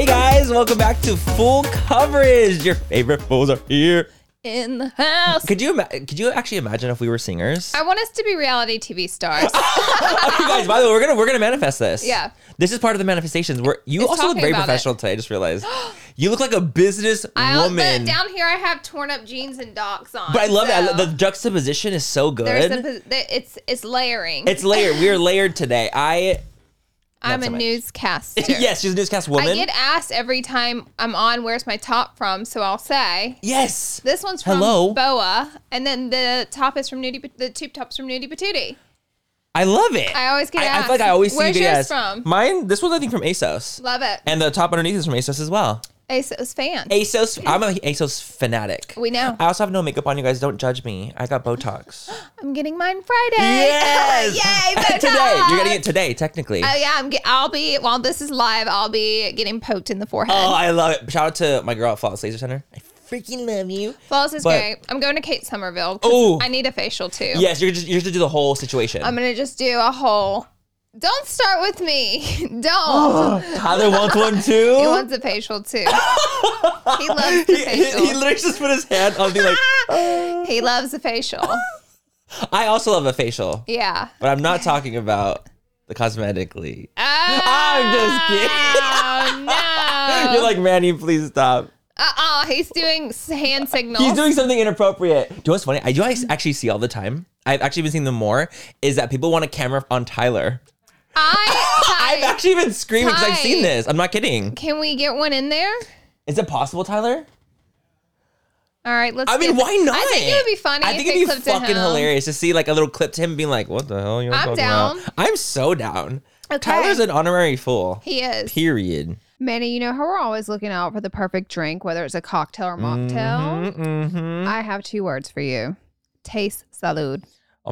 welcome back to Full Coverage. Your favorite fools are here. in the house. Could you ima- could you actually imagine if we were singers? I want us to be reality TV stars. Oh, you guys, by the way, we're gonna we're gonna manifest this. Yeah. this is part of the manifestations. We're, you It's also look talking very about it. professional today. I just realized you look like a business I also, woman. down here I have torn up jeans and docs on. but I love that. I so lo- The juxtaposition is so there's good. a pos- there- it's it's layering. it's layered. We are layered today. I I'm not a so much. newscaster. yes, she's a newscast woman. I get asked every time I'm on where's my top from, so I'll say yes. this one's from Hello. Boa, and then the top is from Nudie. Pat- The tube top's from Nudie Patootie. I love it. I always get I, I asked, feel like I always see "Where's you yours get from?" asked. Mine. This was I think from ASOS. Love it. And the top underneath is from ASOS as well. ASOS fan. ASOS. I'm a ASOS fanatic. We know. I also have no makeup on. You guys don't judge me. I got Botox. I'm getting mine Friday. yes. Yay! Botox! today. You're getting it today, technically. Oh yeah, I'm. Get, I'll be while this is live. I'll be getting poked in the forehead. oh, I love it. Shout out to my girl at Flawless Laser Center. I freaking love you. Flawless is but- great. I'm going to Kate Somerville. 'cause Ooh. I need a facial too. Yes, you're just you're just to do the whole situation. I'm gonna just do a whole. Don't start with me. Don't. Tyler wants one too. he wants a facial too. he loves He- the he, facial. he literally just put his hand on the like. he loves the facial. I also love a facial, Yeah. but I'm not talking about the cosmetically. Oh, I'm just kidding. no. You're like Manny, please stop. uh-uh. He's doing s- hand signals. He's doing something inappropriate. Do you know what's funny? I do I actually see all the time. I've actually been seeing them more. Is that people want a camera on Tyler? I, I've actually been screaming because I've seen Ty. this. I'm not kidding. Can we get one in there? Is it possible, Tyler? All right, let's. I mean, get- why not? I think it would be funny. I if think they it'd be clipped to fucking him. hilarious to see like a little clip to him being like, "What the hell? You I'm talking down. about?" I'm so down. Okay. Tyler's an honorary fool. He is. Period. Manny, you know how we're always looking out for the perfect drink, whether it's a cocktail or mocktail? Mm-hmm. I have two words for you. Taste salud. Oh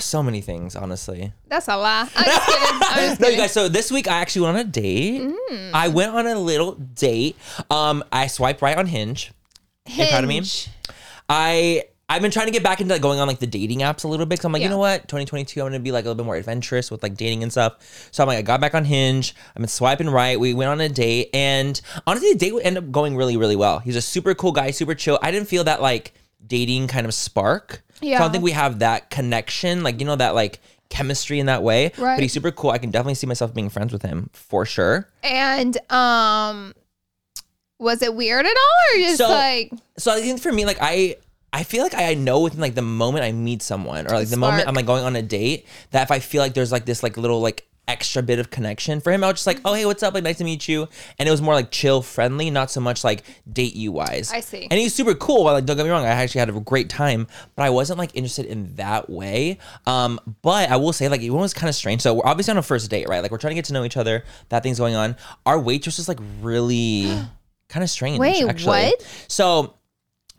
so many things, honestly. That's a lie. I'm just kidding. I'm just no, you kidding. guys. So this week I actually went on a date. I went on a little date. Um, I swiped right on Hinge. You're proud of me? Hinge. I I've been trying to get back into like going on like the dating apps a little bit. So I'm like, you Yeah. know what? 2022, I'm gonna be like a little bit more adventurous with like dating and stuff. So I'm like, I got back on Hinge. I've been swiping right. We went on a date, and honestly, the date would end up going really, really well. He's a super cool guy, super chill. I didn't feel that like dating kind of spark. So I Yeah. don't think we have that connection, like you know that like chemistry in that way. Right. But he's super cool. I can definitely see myself being friends with him for sure. And um, was it weird at all, or just So- like so I think for me, like I I feel like I know within like the moment I meet someone or like the moment Spark. I'm like going on a date that if I feel like there's like this like little like extra bit of connection for him, I was just like, oh hey, what's up? Like nice to meet you. And it was more like chill, friendly, not so much like date you wise. I see. And he's super cool. Like don't get me wrong, I actually had a great time, but I wasn't like interested in that way. Um, but I will say like it was kind of strange. So we're obviously on a first date, right? Like we're trying to get to know each other. That thing's going on. Our waitress is like really. Kind of strange. Wait, actually. what? So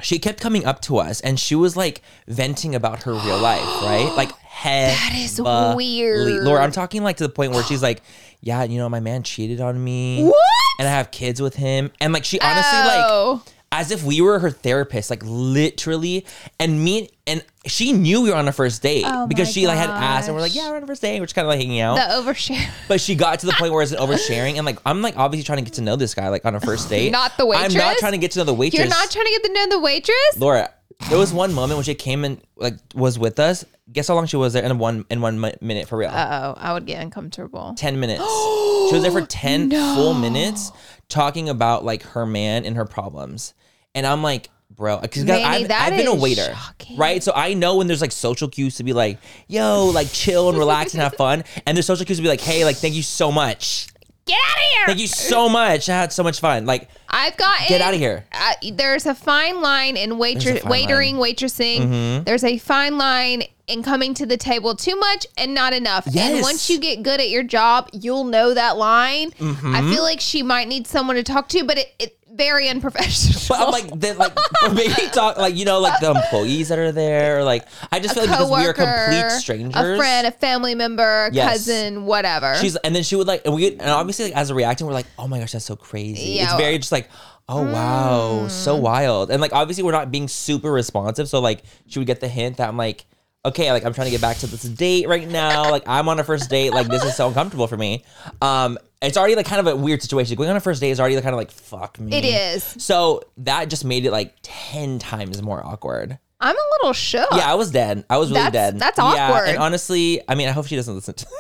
she kept coming up to us and she was like venting about her real life, right? Like head. That is weird. Laura, I'm talking like to the point where she's like, Yeah, you know, my man cheated on me. what? And I have kids with him. And like she honestly like oh, as if we were her therapist, like literally. And me and she knew we were on a first date Oh because my she like had asked and we're like, gosh. Yeah, we're on a first date. We're just kinda like hanging out. the overshare. But she got to the point where it's an oversharing, and like I'm like obviously trying to get to know this guy like on a first date. Not the I'm not waitress? trying to get to know the waitress. You're not trying to get to know the waitress. Laura. There was one moment when she came and like was with us. Guess how long she was there in one in one mi- minute for real? Uh oh, I would get uncomfortable. ten minutes. she was there for ten full minutes talking about like her man and her problems, and I'm like. Bro, because Manny, I've, that I've been a is waiter, shocking. right? So I know when there's like social cues to be like, "Yo, like chill and relax and have fun," and there's social cues to be like, "Hey, like thank you so much, Get out of thank here! you so much, I had so much fun." Like, I've got Get outta here. Uh, there's a fine line in waitress, There's a fine Mm-hmm. waitering, waitressing. There's a fine line in coming to the table too much and not enough. And Yes. once you get good at your job, you'll know that line. Mm-hmm. I feel like she might need someone to talk to, but it, it very unprofessional. But I'm like, then like maybe talk like you know like the employees that are there. Or, like I just feel like because we are complete strangers. a friend, a family member, a Yes. cousin, whatever. She's and then she would like and we and obviously like as a reacting we're like oh my gosh that's so crazy. Yeah. Mm. It's very just like oh wow so wild and like obviously we're not being super responsive so like she would get the hint that I'm like okay like I'm trying to get back to this date right now like I'm on a first date like this is so uncomfortable for me. Um, it's already like kind of a weird situation going on a first date is already like, kind of like fuck me. it is. So that just made it like 10 times more awkward. I'm a little shook. Yeah, I was dead. I was really Uh, That's- dead. that's Yeah, awkward. and honestly, I mean, I hope she doesn't listen to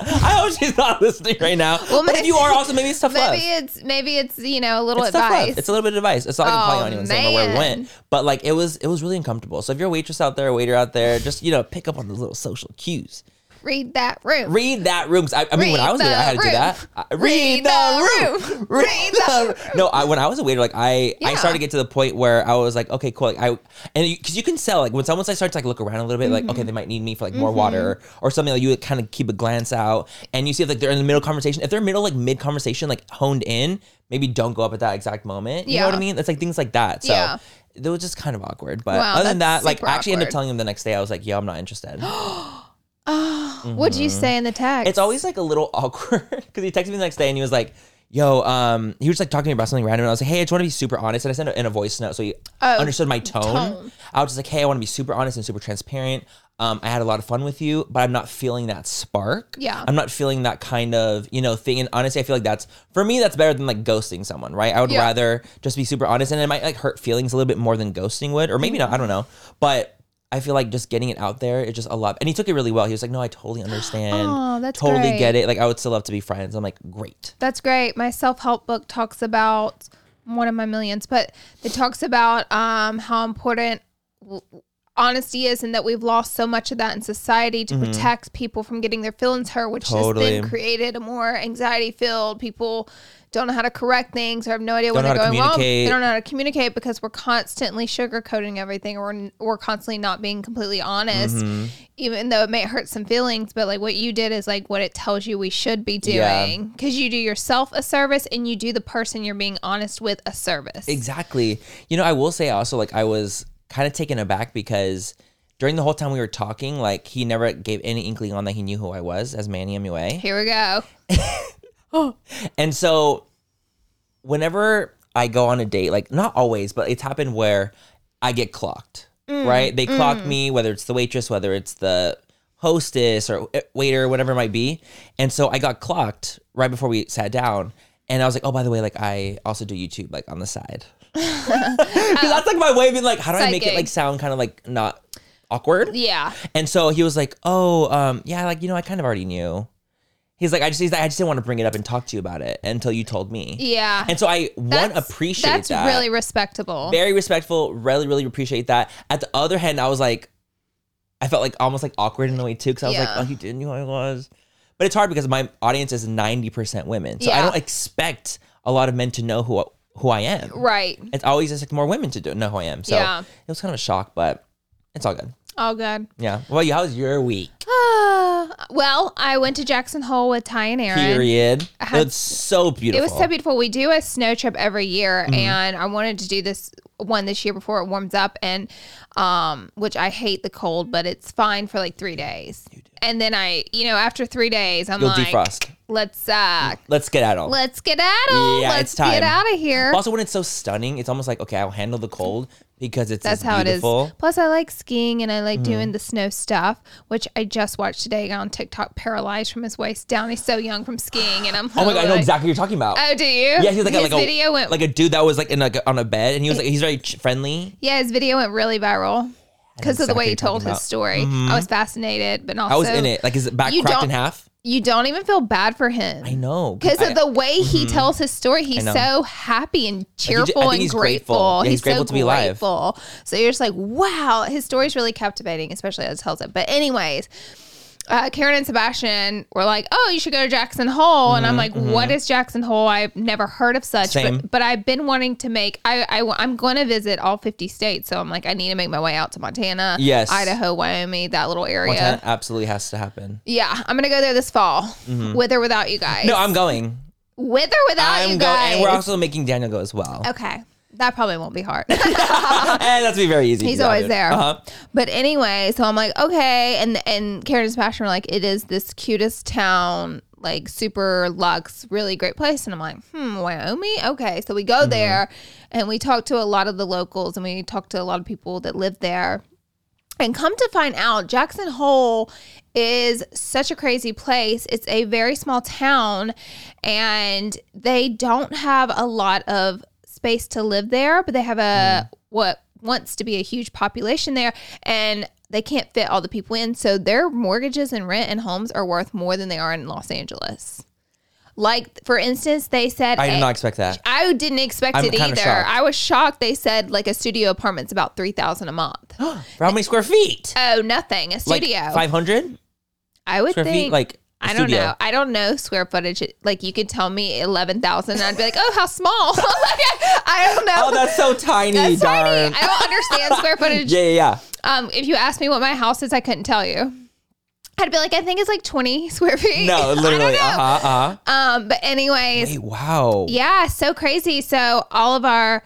I hope she's not listening right now. Well, but if you are, also maybe it's tough love. Maybe it's maybe it's you know a little It's tough advice. love. It's a little bit of advice. It's not like I'm Oh, calling anyone saying where we man. went, but like it was, it was really uncomfortable. So if you're a waitress out there, a waiter out there, just you know, pick up on those little social cues. Read that room. Read that room. 'cause I, I mean, when Read I was a waiter, I had to the do that. I- Read the room. Read the room. Um, No, I, when I was a waiter, like I, I Yeah. started to get to the point where I was like, okay, cool. Like I, and because you, can sell like when someone like, starts to like look around a little bit, like okay, Mm-hmm. they might need me for like more water or something. Like you kind of keep a glance out, and you see if like they're in the middle of conversation. If they're middle like mid conversation, like honed in, maybe don't go up at that exact moment. You know what Yeah. I mean? It's like things like that. So. Yeah. It was just kind of awkward, but Wow, other than that's that, like super I actually ended awkward. up telling him the next day, I was like, "Yo, I'm not interested." Oh, What'd you say in the text? Mm-hmm. It's always like a little awkward because he texted me the next day and he was like, "Yo, um," he was like talking to me about something random. And I was like, "Hey, I just want to be super honest." And I sent it in a voice note so he Oh, understood my tone. tone. I was just like, "Hey, I want to be super honest and super transparent. Um, I had a lot of fun with you, but I'm not feeling that spark. Yeah. I'm not feeling that kind of you know thing. And honestly, I feel like that's for me that's better than like ghosting someone, right? I would Yeah. rather just be super honest, and it might like hurt feelings a little bit more than ghosting would, or maybe not. I don't know, but. I feel like just getting it out there is just a lot. And he took it really well. He was like, "No, I totally understand. Aw, that's totally great. get it. Like, I would still love to be friends." I'm like, "Great." That's great. My self help book talks about one of my millions, but it talks about um, how important w- honesty is and that we've lost so much of that in society to protect people from getting their feelings hurt, which has Mm-hmm. Totally. then created a more anxiety filled people. Don't know how to correct things or have no idea Don't when know they're how to going wrong. They communicate. don't know how to communicate because we're constantly sugarcoating everything or we're, we're constantly not being completely honest, Mm-hmm. even though it may hurt some feelings. But like what you did is like what it tells you we should be doing Yeah. because you do yourself a service and you do the person you're being honest with a service. Exactly. You know, I will say also like I was kind of taken aback because during the whole time we were talking, like he never gave any inkling on that he knew who I was as Manny MUA. Here we go. And so whenever I go on a date, like not always, but it's happened where I get clocked, right? They clock me, whether it's the waitress, whether it's the hostess or eh, waiter, whatever it might be. And so I got clocked right before we sat down. And I was like, oh, by the way, like I also do YouTube like on the side. Because that's like my way of being like, how do I Side make it gig. like sound kind of like not awkward? Yeah. And so he was like, "Oh, um, yeah, like you know, I kind of already knew." He's like, "I just, he's like, I just didn't want to bring it up and talk to you about it until you told me." Yeah. And so I one That's- appreciate That's that. really respectable. very respectful. Really, really appreciate that. At the other hand, I was like, I felt like almost like awkward in a way too, because I was Yeah. like, "Oh, he didn't know who I was," but it's hard because my audience is ninety percent women, so I Yeah. don't expect a lot of men to know who who I am. right. It's always just like more women to do, know who I am. So Yeah. it was kind of a shock, but it's all good. All good. Yeah. Well, yeah, how was your week? Ah, well, I went to Jackson Hole with Ty and Aaron. Period. had- it's so It beautiful. Mm-hmm. was so beautiful. We do a snow trip every year, and I wanted to do this one this year before it warms up, and um, which I hate the cold, but it's fine for like three days. And then I, you know, after three days, I'm You'll like, defrost. let's uh, Let's get out of. let's get out. Yeah, let's it's get time. out of here. Also, when it's so stunning, it's almost like okay, I'll handle the cold because it's That's this how beautiful. Mm-hmm. it is. Plus, I like skiing and I like doing the snow stuff, which I just watched today on TikTok. Paralyzed from his waist down, he's so young from skiing, and I'm Oh my god, I know like, exactly what you're talking about. Oh, do you? yeah, he was like, a- his like a video went like a dude that was like in like on a bed, and he was like he's very ch- friendly. Yeah, his video went really viral because of the exactly way what he you're told talking his about. story. I was fascinated, but Mm-hmm. also I was in it. Like his back you cracked in don't- half. You don't even feel bad for I him know because I- Mm-hmm. of the way he tells his story. He's know. so happy and ju- I cheerful think and he's grateful. grateful. Yeah, he's so grateful to be alive. grateful. So you're just like, wow, his story's really captivating, especially as he tells it. But anyways. Uh, Karen and Sebastian were like, "Oh, you should go to Jackson Hole," and I'm like, "What is Jackson Hole? I've never heard of such." Mm-hmm, Same. But, but I've been wanting to make. I, I am going to visit all 50 states, so I'm like, I need to make my way out to Montana, Yes. Idaho, Wyoming, that little area. Montana absolutely has to happen. Yeah, I'm gonna go there this fall, Mm-hmm. with or without you guys. No, I'm going. with or without I'm going, you guys. Oh, and we're also making Daniel go as well. okay, that probably wont be hard. and that's be very easy. He's to do, always dude. there. Uh-huh. but anyway, so I'm like, okay, and and Karen and Sebastian were like, it is this cutest town, like super luxe, really great place, and I'm like, hmm, Wyoming, okay. So we go Mm-hmm. there, and we talk to a lot of the locals, and we talk to a lot of people that live there. And come to find out, Jackson Hole is such a crazy place. It's a very small town and they don't have a lot of space to live there, but they have Hmm. a what wants to be a huge population there and they can't fit all the people in. So their mortgages and rent and homes are worth more than they are in Los Angeles. Like for instance, they said I a- did not expect that. I didn't expect I'm it kinda either. shocked. I was shocked. They said like a studio apartment's about 3000 a month. For how many square feet? Oh, nothing. A Like studio. five hundred. I would square think. feet, like a I don't studio. know. I don't know square footage. Like you could tell me eleven thousand, and I'd be like, "Oh, how small!" like, I, I don't know. Oh, that's so tiny, That's darn. tiny. I don't understand square footage. yeah, yeah, yeah. Um, if you asked me what my house is, I couldn't tell you. I'd be like, "I think it's like twenty square feet." No, literally. Uh huh. Uh huh. Um, but anyways, Hey, wow. yeah, so crazy. So all of our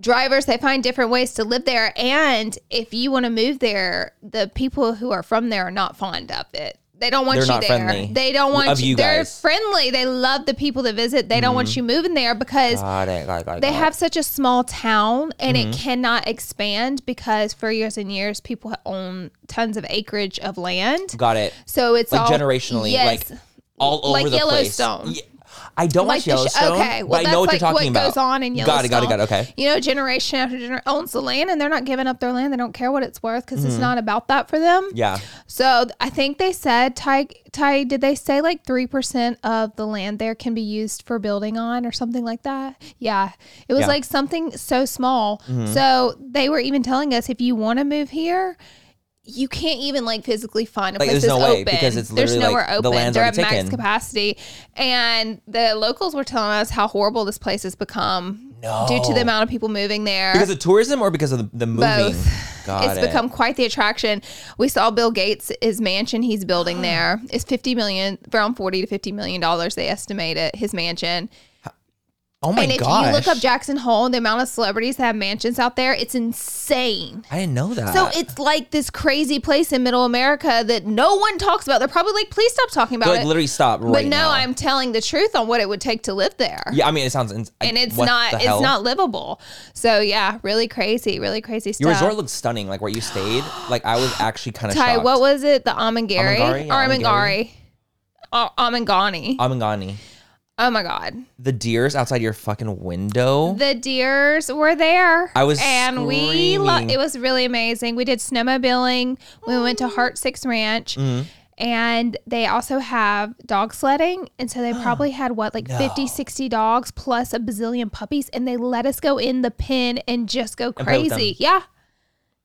drivers they find different ways to live there and if you want to move there the people who are from there are not fond of it they don't want They're you not there friendly they don't want of you, you they're guys. Mm-hmm. friendly they love the people that visit they don't want you moving there because Got it. Got it. Got it. Mm-hmm. they got it. have such a small town and it cannot expand because for years and years people own tons of acreage of land Got it. so it's Like all generationally, yes, like all over Like the Yellowstone. place. Yeah. I don't like watch the sh- Yellowstone. okay, well but I that's know what like you're talking what about. goes on in Got Yellowstone. it. Got it. Got it. Okay. You know, generation after generation owns the land, and they're not giving up their land. They don't care what it's worth because it's Mm-hmm. not about that for them. Yeah. So th- I think they said Ty. Ty, did they say like three percent of the land there can be used for building on or something like that? Yeah, it was Yeah. Mm-hmm. like something so small. So they were even telling us if you want to move here. You can't even like physically find a Like, place there's that's no way, open because it's There's literally, nowhere like, the open. land's They're at already max taken. capacity, and the locals were telling us how horrible this place has become due to the No. amount of people moving there Because of tourism or because of the, the moving? Both. Got it's it. become quite the attraction. We saw Bill Gates his mansion he's building there. It's fifty million, around forty to fifty million dollars they estimate it. His mansion. Oh my and if gosh. you look up Jackson Hole, the amount of celebrities that have mansions out there, it's insane. I didn't know that. So it's like this crazy place in middle America that no one talks about. They're probably like, please stop talking about Go, like, it. literally stop right but no, now. I'm telling the truth on what it would take to live there. Yeah, I mean it sounds ins- And it's what not the it's hell? not livable. So yeah, really crazy, really crazy stuff. Your resort looked stunning, like where you stayed. Like I was actually kind of Ty, shocked. what was it? The Amangari? Amangari, yeah, Amangari. Amangari. Amangani. Amangani. oh my god. The deers outside your fucking window. The deers were there. Oh. I was and we lo- screaming. it was really amazing. We did snowmobiling. We went to Heart Six Ranch, Mm. Mm-hmm. and they also have dog sledding. And so they probably had what like fifty, sixty 50, 60 dogs plus a bazillion puppies, and they let us go in the pen and just go play with them. crazy. Yeah,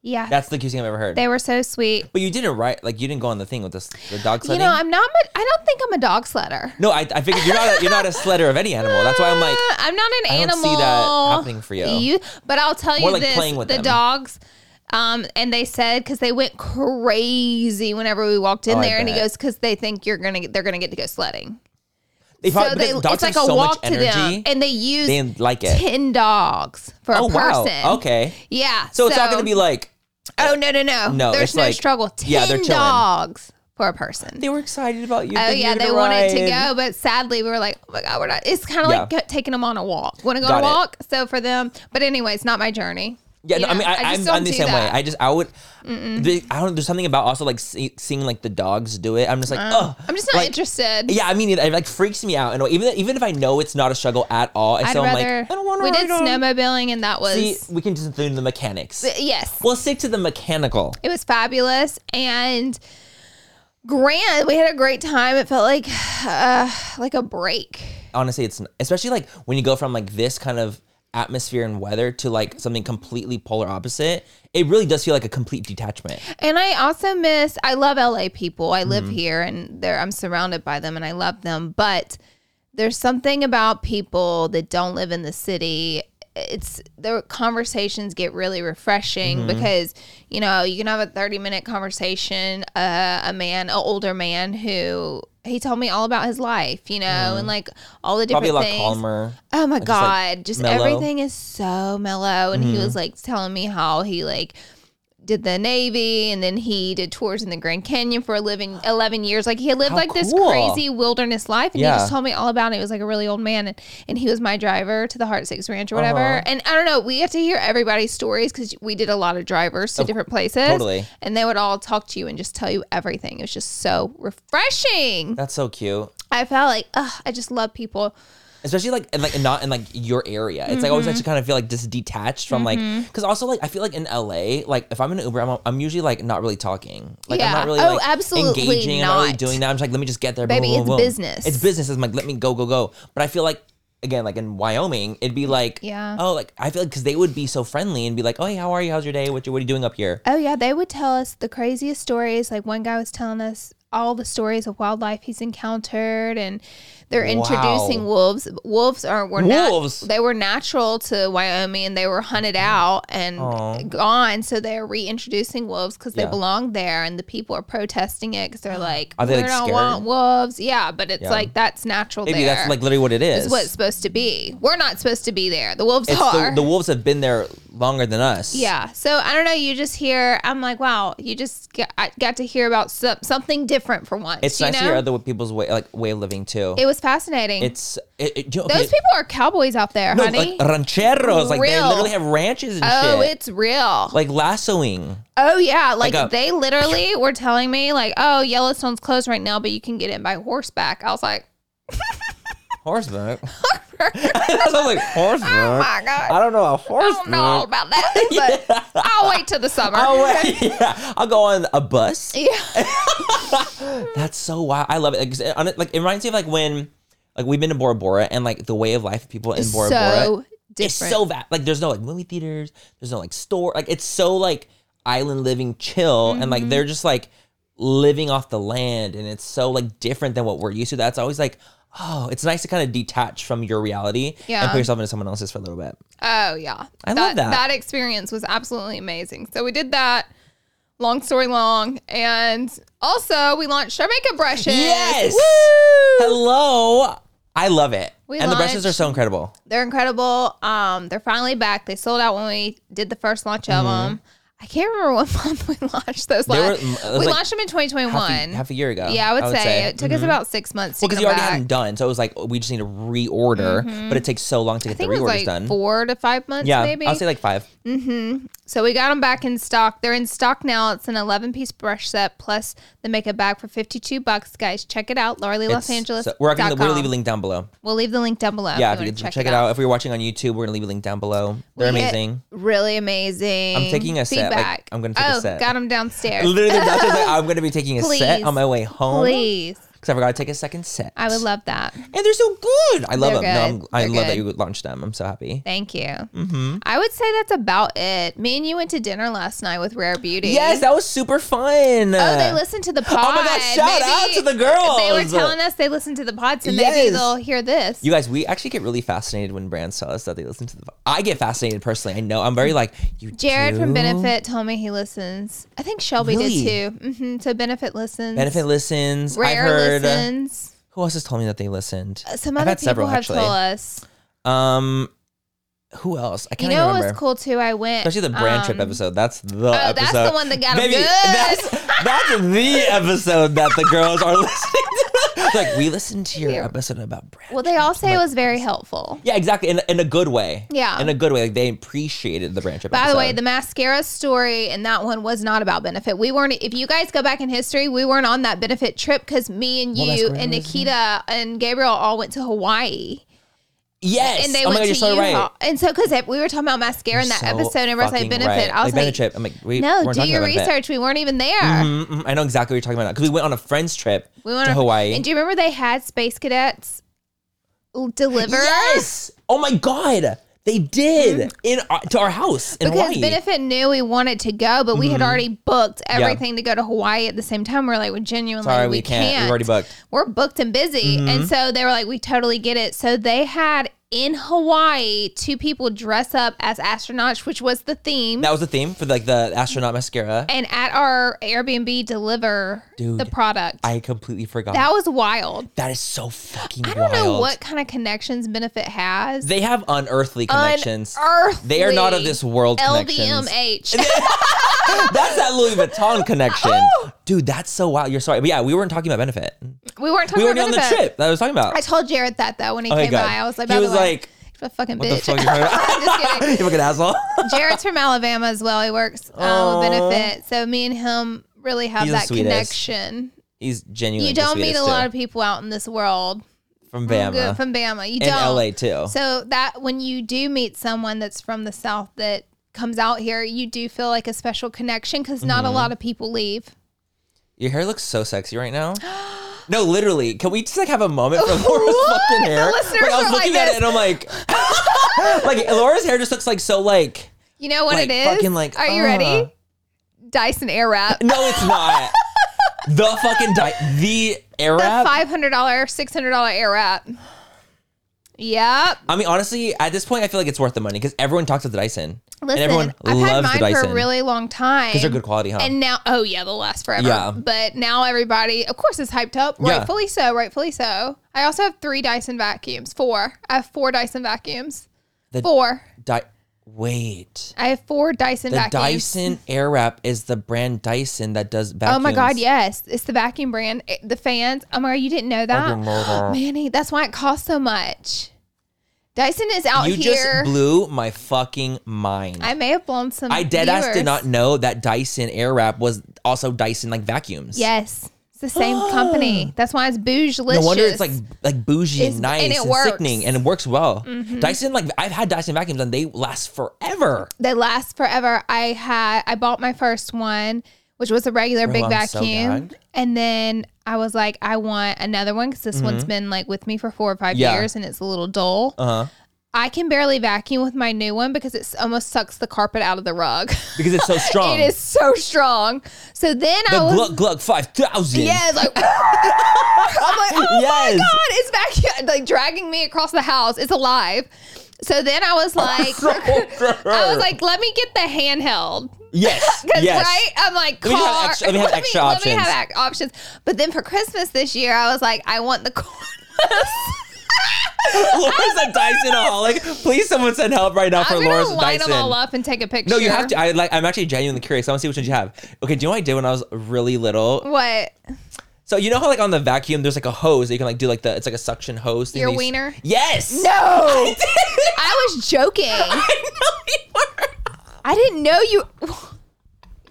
yeah, That's the cutest thing I've ever heard. they were so sweet. but you did it right. Like you didn't go on the thing with this the dog sledding. You know, I'm not. mu- I don't think I'm a dog sledder. no, I, I figured you're not a, you're not a sledder of any animal. That's why I'm like Uh, I'm not an I don't animal. see that happening for you. but I'll tell More you like this: playing with the them. dogs, um, and they said because they went crazy whenever we walked in Oh, I there, and he bet. goes because they think you're gonna they're gonna get to go sledding. they probably, so they, because dogs it's like have a so much walk to energy. them, and they use they like it. ten dogs for oh a person. wow. Okay. yeah. So, it's not going to be like Oh no no no No, There's it's no like- struggle. Ten yeah, they're chilling. dogs for a person. they were excited about you. Oh giving yeah, you they the wanted to ride. go, but sadly we were like, oh my god, we're not. It's kind of like Yeah. like taking them on a walk. Want to go on Got a it. walk? So for them, but anyway, it's not my journey. Yeah, You no, I know, mean, I, I just am don't I'm the do same way. that. I just, I would, the, I don't. There's something about also like see, seeing like the dogs do it. I'm just like, oh, I'm just not interested. Yeah, I mean, it, it like freaks me out. And even even if I know it's not a struggle at all, I I'd still am like, rather. I don't want to. we did ride on. snowmobiling, and that was See, we can just include the mechanics. yes, We'll stick to the mechanical. it was fabulous and. Grand, we had a great time. It felt like, uh, like a break. Honestly, it's n- especially like when you go from like this kind of atmosphere and weather to like something completely polar opposite. It really does feel like a complete detachment. And I also miss I love LA people. I live here and there I'm surrounded by them and I love them, but there's something about people that don't live in the city. It's their conversations get really refreshing because you know you can have a 30 minute conversation. Uh, a man, an older man who he told me all about his life, you know, and like all the Probably different a lot things. calmer. Oh my like, god, just, mellow. Mm-hmm. everything is so mellow and he was like telling me how he like did the navy and then he did tours in the Grand Canyon for 11, 11 years. Like he lived How like this cool. crazy wilderness life and Yeah. he just told me all about it. He was like a really old man and, and he was my driver to the Heart 6 Ranch Uh-huh. or whatever. And I don't know, we got to hear everybody's stories cuz we did a lot of drivers to different places. totally. And they would all talk to you and just tell you everything. It was just so refreshing. That's so cute. I felt like, ugh, I just love people. especially like and like not in like your area. It's like I always actually Mm-hmm. kind of feel like just detached from like because also like I feel like in LA, like if I'm in an Uber, I'm, I'm usually like not really talking. Like I'm Yeah. not really Oh, like absolutely engaging. I'm not really not. doing that. I'm just like let me just get there. Baby, it's business. It's business. I'm like let me go go go. But I feel like. Again, like in Wyoming, it'd be like, Yeah. oh, like I feel like because they would be so friendly and be like, oh, hey, how are you? How's your day? What you what are you doing up here? Oh yeah, they would tell us the craziest stories. Like one guy was telling us all the stories of wildlife he's encountered, and they're introducing Wow. wolves. Wolves are were Wolves? Mm. Nat- they were natural to Wyoming, and they were hunted out and Aw. gone. So they're reintroducing wolves because Yeah. they belong there, and the people are protesting it because they're like, Are they, we like, don't scared? want wolves. Yeah, but it's Yeah. like that's natural. Maybe there. that's like literally what it is. It's what it's supposed to be. We're not supposed to be there. The wolves It's are. the, the wolves have been there longer than us. Yeah. So I don't know. You just hear. I'm like, wow. You just got, I got to hear about some, something different for once. it's you nice know? to hear other people's way like way of living too. It was fascinating. it's it, it, do you- okay, Those people are cowboys out there, No, honey. like rancheros. Like they Real. literally have ranches and oh, shit. it's real. like lassoing. oh yeah. Like, like a- they literally were telling me like, oh, Yellowstone's closed right now, but you can get in by horseback. I was like, Horseback. I was like, oh horseback. my god. Oh, I don't know a I horseback. don't know all about that, but I'll wait till the summer. Oh, wait, yeah. I'll go on a bus. Yeah. That's so wild. I love it. Like, 'cause it. on it- Like it reminds me of like when like we've been to Bora Bora and like the way of life of people in Bora Bora. so different. It's so bad. Like there's no like movie theaters. There's no like store. Like it's so like island living, chill, and like Mm-hmm. they're just like living off the land, and it's so like different than what we're used to. That's always like, oh, it's nice to kind of detach from your reality and Yeah. put yourself into someone else's for a little bit. Oh yeah, I love that, that. experience was absolutely amazing. So we did that. Long story long, and also we launched our makeup brushes. Yes. Woo! Hello, I love it. We and the launched. brushes are so incredible. They're incredible. Um, they're finally back. They sold out when we did the first launch of them. I can't remember what month we launched those. Mm-hmm. They last. were- it was we like launched them in Half 2021. a, half a year ago. yeah, I would, say. it took us Mhm. about six months to Well, because you get them already back. Mm-hmm. had them done, so it was like we just need to reorder, but it takes so long to I get the think it was reorders like done. four to five months, yeah, maybe. I'll say like five. So we got them back in stock. They're in stock now. It's an 11 piece brush set plus the makeup bag for 52 bucks. Guys, check it out. It's- LaurieLosAngeles. so we're gonna we're gonna leave a link down below. We'll leave the link down below. yeah, if wanna you can check, it out. If you're watching on YouTube, we're gonna leave a link down below. They're We get amazing. Really amazing. I'm taking a set, like, Feedback. I'm gonna take a oh, set. Got them downstairs. Literally, that's just like, I'm gonna be taking a set Please. on my way home Please. because I forgot to take a second set. I would love that. and they're so good. I love They're them. No, I'm- good. I They're love that good. you launched them. I'm so happy. Thank you. Mm-hmm. I would say that's about it. Me and you went to dinner last night with Rare Beauty. Yes, that was super fun. Oh, they listened to the pod. Oh my God, shout out to the girls. They were telling us they listened to the pod, so maybe Yes. they'll hear this. You guys, we actually get really fascinated when brands tell us that they listen to the. I get fascinated personally. I know. I'm very like you. Jared from do? Benefit told me he listens. I think Shelby Really? did too. hmm So Benefit listens. Benefit listens. Rare I've heard. uh, listens. Uh, Who else has told me that they listened? Some I've other had people several, have actually. told us. Um, who else? I You can't know what remember. was cool too? I went Especially the brand trip um, episode. That's the Oh, episode. that's the one that got 'em Baby, good. That's, that's the episode that the girls are listening to. like, we listened to your Yeah. episode about brand. Well, they all say it was very helpful. yeah, exactly. In, in a good way. Yeah. In a good way. Like, they appreciated the brand trip By the way, episode. the mascara story and that one was not about benefit. We weren't. If you guys go back in history, we weren't on that benefit trip because me and Well, that's you where I and was, Nikita and Gabriel all went to Hawaii. Yes. and they oh my went God, you're to so you. right. And so, because we were talking about mascara in that So episode, and everyone's fucking like right. benefit. I was like, Benefit like, trip. I'm like, we, no, we're do talking your about Benefit. research. We weren't even there. Mhm, mhm. I know exactly what you're talking about because we went on a friends trip We went to on- Hawaii. And do you remember they had space cadets l- deliver? Yes. Oh my god, they did in uh, to our house in Mm-hmm. Because Hawaii. Mm-hmm. Benefit knew we wanted to go, but we had already booked everything to go to Hawaii at the same time. We're like, we genuinely Sorry, we, we can't. We've already Mm-hmm. booked. we're booked and busy. And so they were like, we totally get it. So they had in Hawaii two people dress up as astronauts, which was the theme. That was the theme for like the astronaut mascara. and at our Airbnb deliver Dude, the product. I completely forgot. that was wild. that is so fucking. I don't know wild. what kind of connections Benefit has. they have unearthly connections. Unearthly They are not of this world. Connections. LVMH. That's that Louis Oh! Vuitton connection, dude. That's so wild. You're sorry, but yeah, we weren't talking about benefit. we weren't talking We weren't about on the Benefit. trip that I was talking about. I told Jared that though when he Okay, came good. by, I was like, He by was the way, like, you're a fucking what the bitch. fuck? You talking I'm just about? kidding. You fucking asshole. Jared's from Alabama as well. He works um, Aw. with Benefit, so me and him really have He's the that sweetest. connection. He's genuinely. You the don't meet sweetest, a lot too. of people out in this world from I'm good Bama from Bama. You and don't. LA too. So that when you do meet someone that's from the South that comes out here, you do feel like a special connection because not Mm-hmm. a lot of people leave. Your hair looks so sexy right now. No, literally. Can we just like have a moment for Laura's fucking hair? listeners Like, I was are like looking at this. it and I'm like, like Laura's hair just looks like so like. You know what Like, it is? fucking, like, Are you uh. ready? Dyson Airwrap. No, it's not. the fucking di- the air The wrap. five hundred dollar, six hundred dollar Airwrap. Yep. I mean, honestly, at this point, I feel like it's worth the money because everyone talks about the Dyson Listen, and everyone I've had loves the mine Dyson for a really long time. because they're good quality, huh? And now, oh yeah, they'll last forever. Yeah. But now everybody, of course, is hyped up. Yeah. Rightfully so. Rightfully so. I also have three Dyson vacuums. Four. I have four Dyson vacuums. The- four. Di- Wait, I have four Dyson the vacuums. Dyson air wrap is the brand Dyson that does vacuums. Oh my God! Yes, it's the vacuum brand. It- the fans. Oh my God! You didn't know that, didn't know that. Manny. That's why it costs so much. Dyson is out You here. just blew my fucking mind. I may have blown some. I dead ass viewers. did not know that Dyson Airwrap was also Dyson like vacuums. Yes, it's the same company. That's why it's bouge No wonder it's like like bougie It's- and nice and and, it works. Mm-hmm. sickening and it works well. Dyson like I've had Dyson vacuums and they last forever. they last forever. I had I bought my first one, which was a regular big I'm so vacuum, glad. and then I was like, I want another one because this one's been like with me for four or five Mm-hmm. Yeah. years, and it's a little dull. Uh huh. I can barely vacuum with my new one because it almost sucks the carpet out of the rug. Because it's so strong. it is so strong. So then Oh. the I was Gluck Gluck five thousand. yeah, it's like I'm like, oh Yes. my god, it's back here, like dragging me across the house. It's alive. So then I was like, I was like, let me get the handheld. Yes. 'Cause, yes. right, I'm like, Let me have car. extra- let me have extra Let me options. have ac- options. But then for Christmas this year, I was like, I want the cordless. Laura's a Dysonaholic. Please, someone send help right now for I'm Laura's gonna line Dyson. them all up and take a picture. No, you have to. I like. I'm actually genuinely curious. I want to see which ones you have. Okay, do you know what I did when I was really little? What? So you know how like on the vacuum, there's like a hose that you can like do like the. It's like a suction hose. thing Your that you s- wiener? Yes. No, I I was joking. know you were. I didn't know you.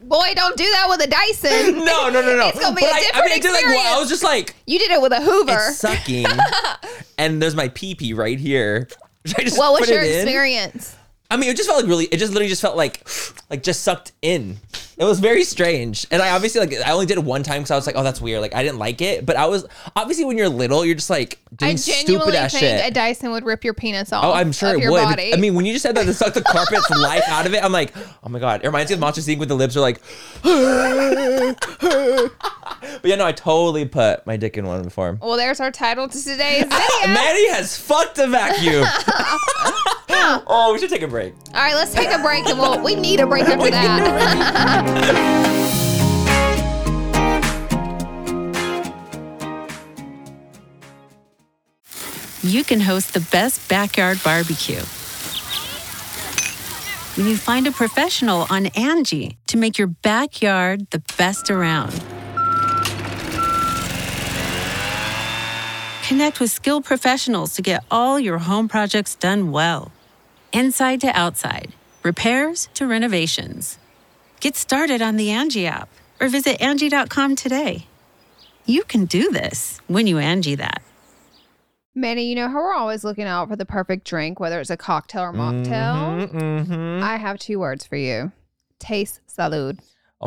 Boy, don't do that with a Dyson. No, no, no, no. It's gonna be But a I- different I mean, I did like. experience. Well, I was just like You did it with a Hoover. it's sucking, and there's my pee pee right here. Should I just what was put it your in? experience? I mean, it just felt like really. It just literally just felt like, like just sucked in. It was very strange, and I obviously like. I only did it one time because I was like, "Oh, that's weird." Like I didn't like it, but I was obviously when you're little, you're just like doing I genuinely stupid think ass shit. a Dyson would rip your penis off. Oh, I'm sure of it your would. Body. I mean, when you just said that, it sucked the carpet's life out of it. I'm like, oh my god, it reminds me of Monsters Inc. when the lips are like, but yeah, no, I totally put my dick in one before. well, there's our title to today's video. Maddie has fucked a vacuum. oh, we should take a break. All right, let's take a break, and we'll we need a break after that. you can host the best backyard barbecue. When you find a professional on Angie to make your backyard the best around. Connect with skilled professionals to get all your home projects done well. Inside to outside, repairs to renovations. Get started on the Angie app or visit Angie.com today. You can do this when you Angie that. Manny, you know how we're always looking out for the perfect drink, whether it's a cocktail or mocktail. Mm-hmm. I have two words for you: taste salud. Oh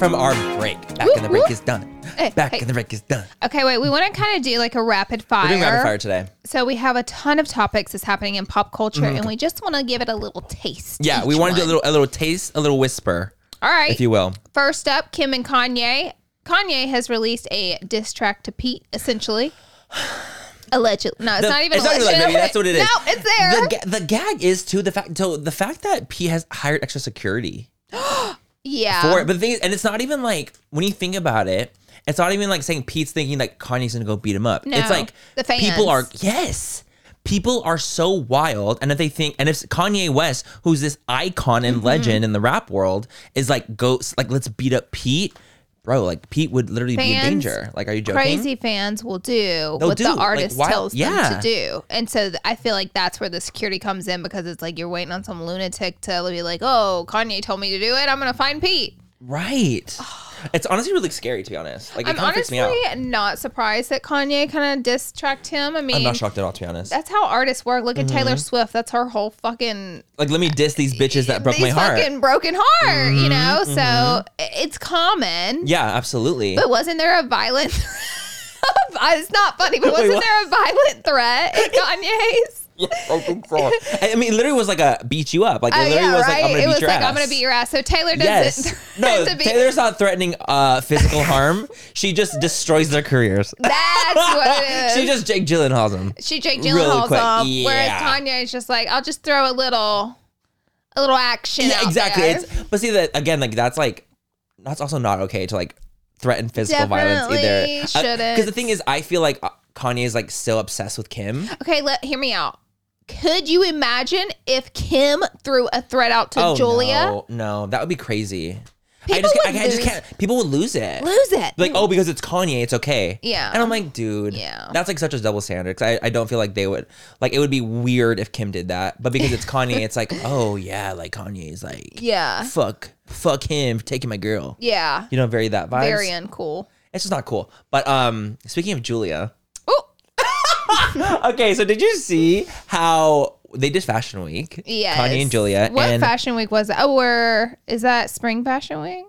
from our break. Back in the break is done. Hey, Back hey. in the break is done. Okay, wait, we want to kind of do like a rapid fire. We're doing rapid fire today. So we have a ton of topics that's happening in pop culture and we just want to give it a little taste. Mm-hmm. Yeah, we each want to do a one. little, a little taste, a little whisper, All right. if you will. First up, Kim and Kanye. Kanye has released a diss track to Pete, essentially. Allegedly. No, it's The- not even it's not even allegedly. like maybe that's what it is. No, it's there. The, ga- the gag is too the fact. So the fact that P has hired extra security. yeah. for it. But the thing is, and it's not even like when you think about it, it's not even like saying Pete's thinking like Kanye's gonna go beat him up. No, it's like the people are fans. yes. People are so wild, and if they think, and if Kanye West, who's this icon Mm-hmm. and legend in the rap world, is like goes like let's beat up Pete, bro, like Pete would literally be in Fans, danger. Like, are you joking? Crazy fans will do They'll what do, the like, artist wild- tells them yeah. to do. And so th- I feel like that's where the security comes in because it's like you're waiting on some lunatic to be like, oh, Kanye told me to do it. I'm going to find Pete. Right. It's honestly really scary to be honest. Like, it I'm kind of freaks me honestly out. not surprised that Kanye kind of diss tracked him. I mean, I'm not Mm-hmm. shocked at all to be honest. that's how artists work. Look at Taylor Swift. That's her whole fucking Like, let me diss these bitches that broke these my heart. fucking broken heart, you know? So i- it's common. yeah, absolutely. But wasn't there a violent It's not funny, but wasn't what? there a violent threat at Kanye's? I think so. I mean, it literally was like a beat you up. Like it Oh, literally yeah, was like right? I'm gonna it beat was your like, ass. I'm going to beat your ass. So Taylor doesn't Yes. No, threaten to beat. Taylor's not threatening uh, physical harm. She just destroys their careers. That's what it is. she just Jake Gyllenhaal's them. she Jake Really Gyllenhaal's quick, off, whereas yeah. Kanye is just like, I'll just throw a little, a little action. Yeah, out exactly. there." It's but see that again. Like that's like that's also not okay to like threaten physical violence Definitely either. Because the shouldn't. thing is, I feel like uh, Kanye is like so obsessed with Kim. Okay, let hear me out. Could you imagine if Kim threw a threat out to Julia? Oh, No, no, that would be crazy. I People just, ca- I, would ca- I just lose- can't. People would lose it. Lose it. Like, oh, because it's Kanye, it's okay. Hmm. Yeah. And I'm like, dude, Yeah. that's like such a double standard. Cause I, I don't feel like they would, like, it would be weird if Kim did that. But because it's Kanye, it's like, oh, yeah, like Kanye's like, yeah. fuck, fuck him for taking my girl. Yeah. You know, very that vibe. Very uncool. It's just not cool. But um, speaking of Julia, Oh, okay, so did you see how they did Fashion Week? yes. Kanye and Julia. What and fashion week was that? Oh, we're, is that spring fashion week?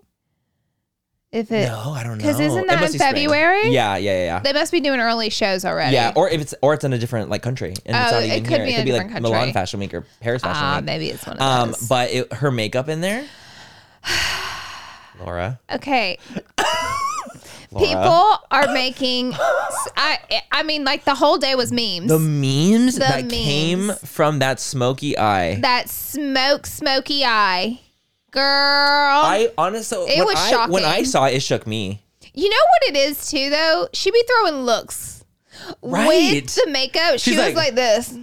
If it, No, I don't know. 'Cause isn't It that must in be spring. February? Yeah, yeah, yeah, yeah. they must be doing early shows already. Yeah, or if it's or it's in a different like country and it's Oh, not it even could here. be it in could a be like different country. Milan Fashion Week or Paris Fashion Ah, Week. maybe it's one of Um, those. but it, her makeup in there, Laura. okay, Laura. people are making. I I mean, like the whole day was memes. the memes The that memes. came from that smoky eye. that smoke, smoky eye, girl. I honestly, It when was I, when I shocking. saw it, it shook me. You know what it is too, though. She be throwing looks Right. with the makeup. she She's was like- like, this,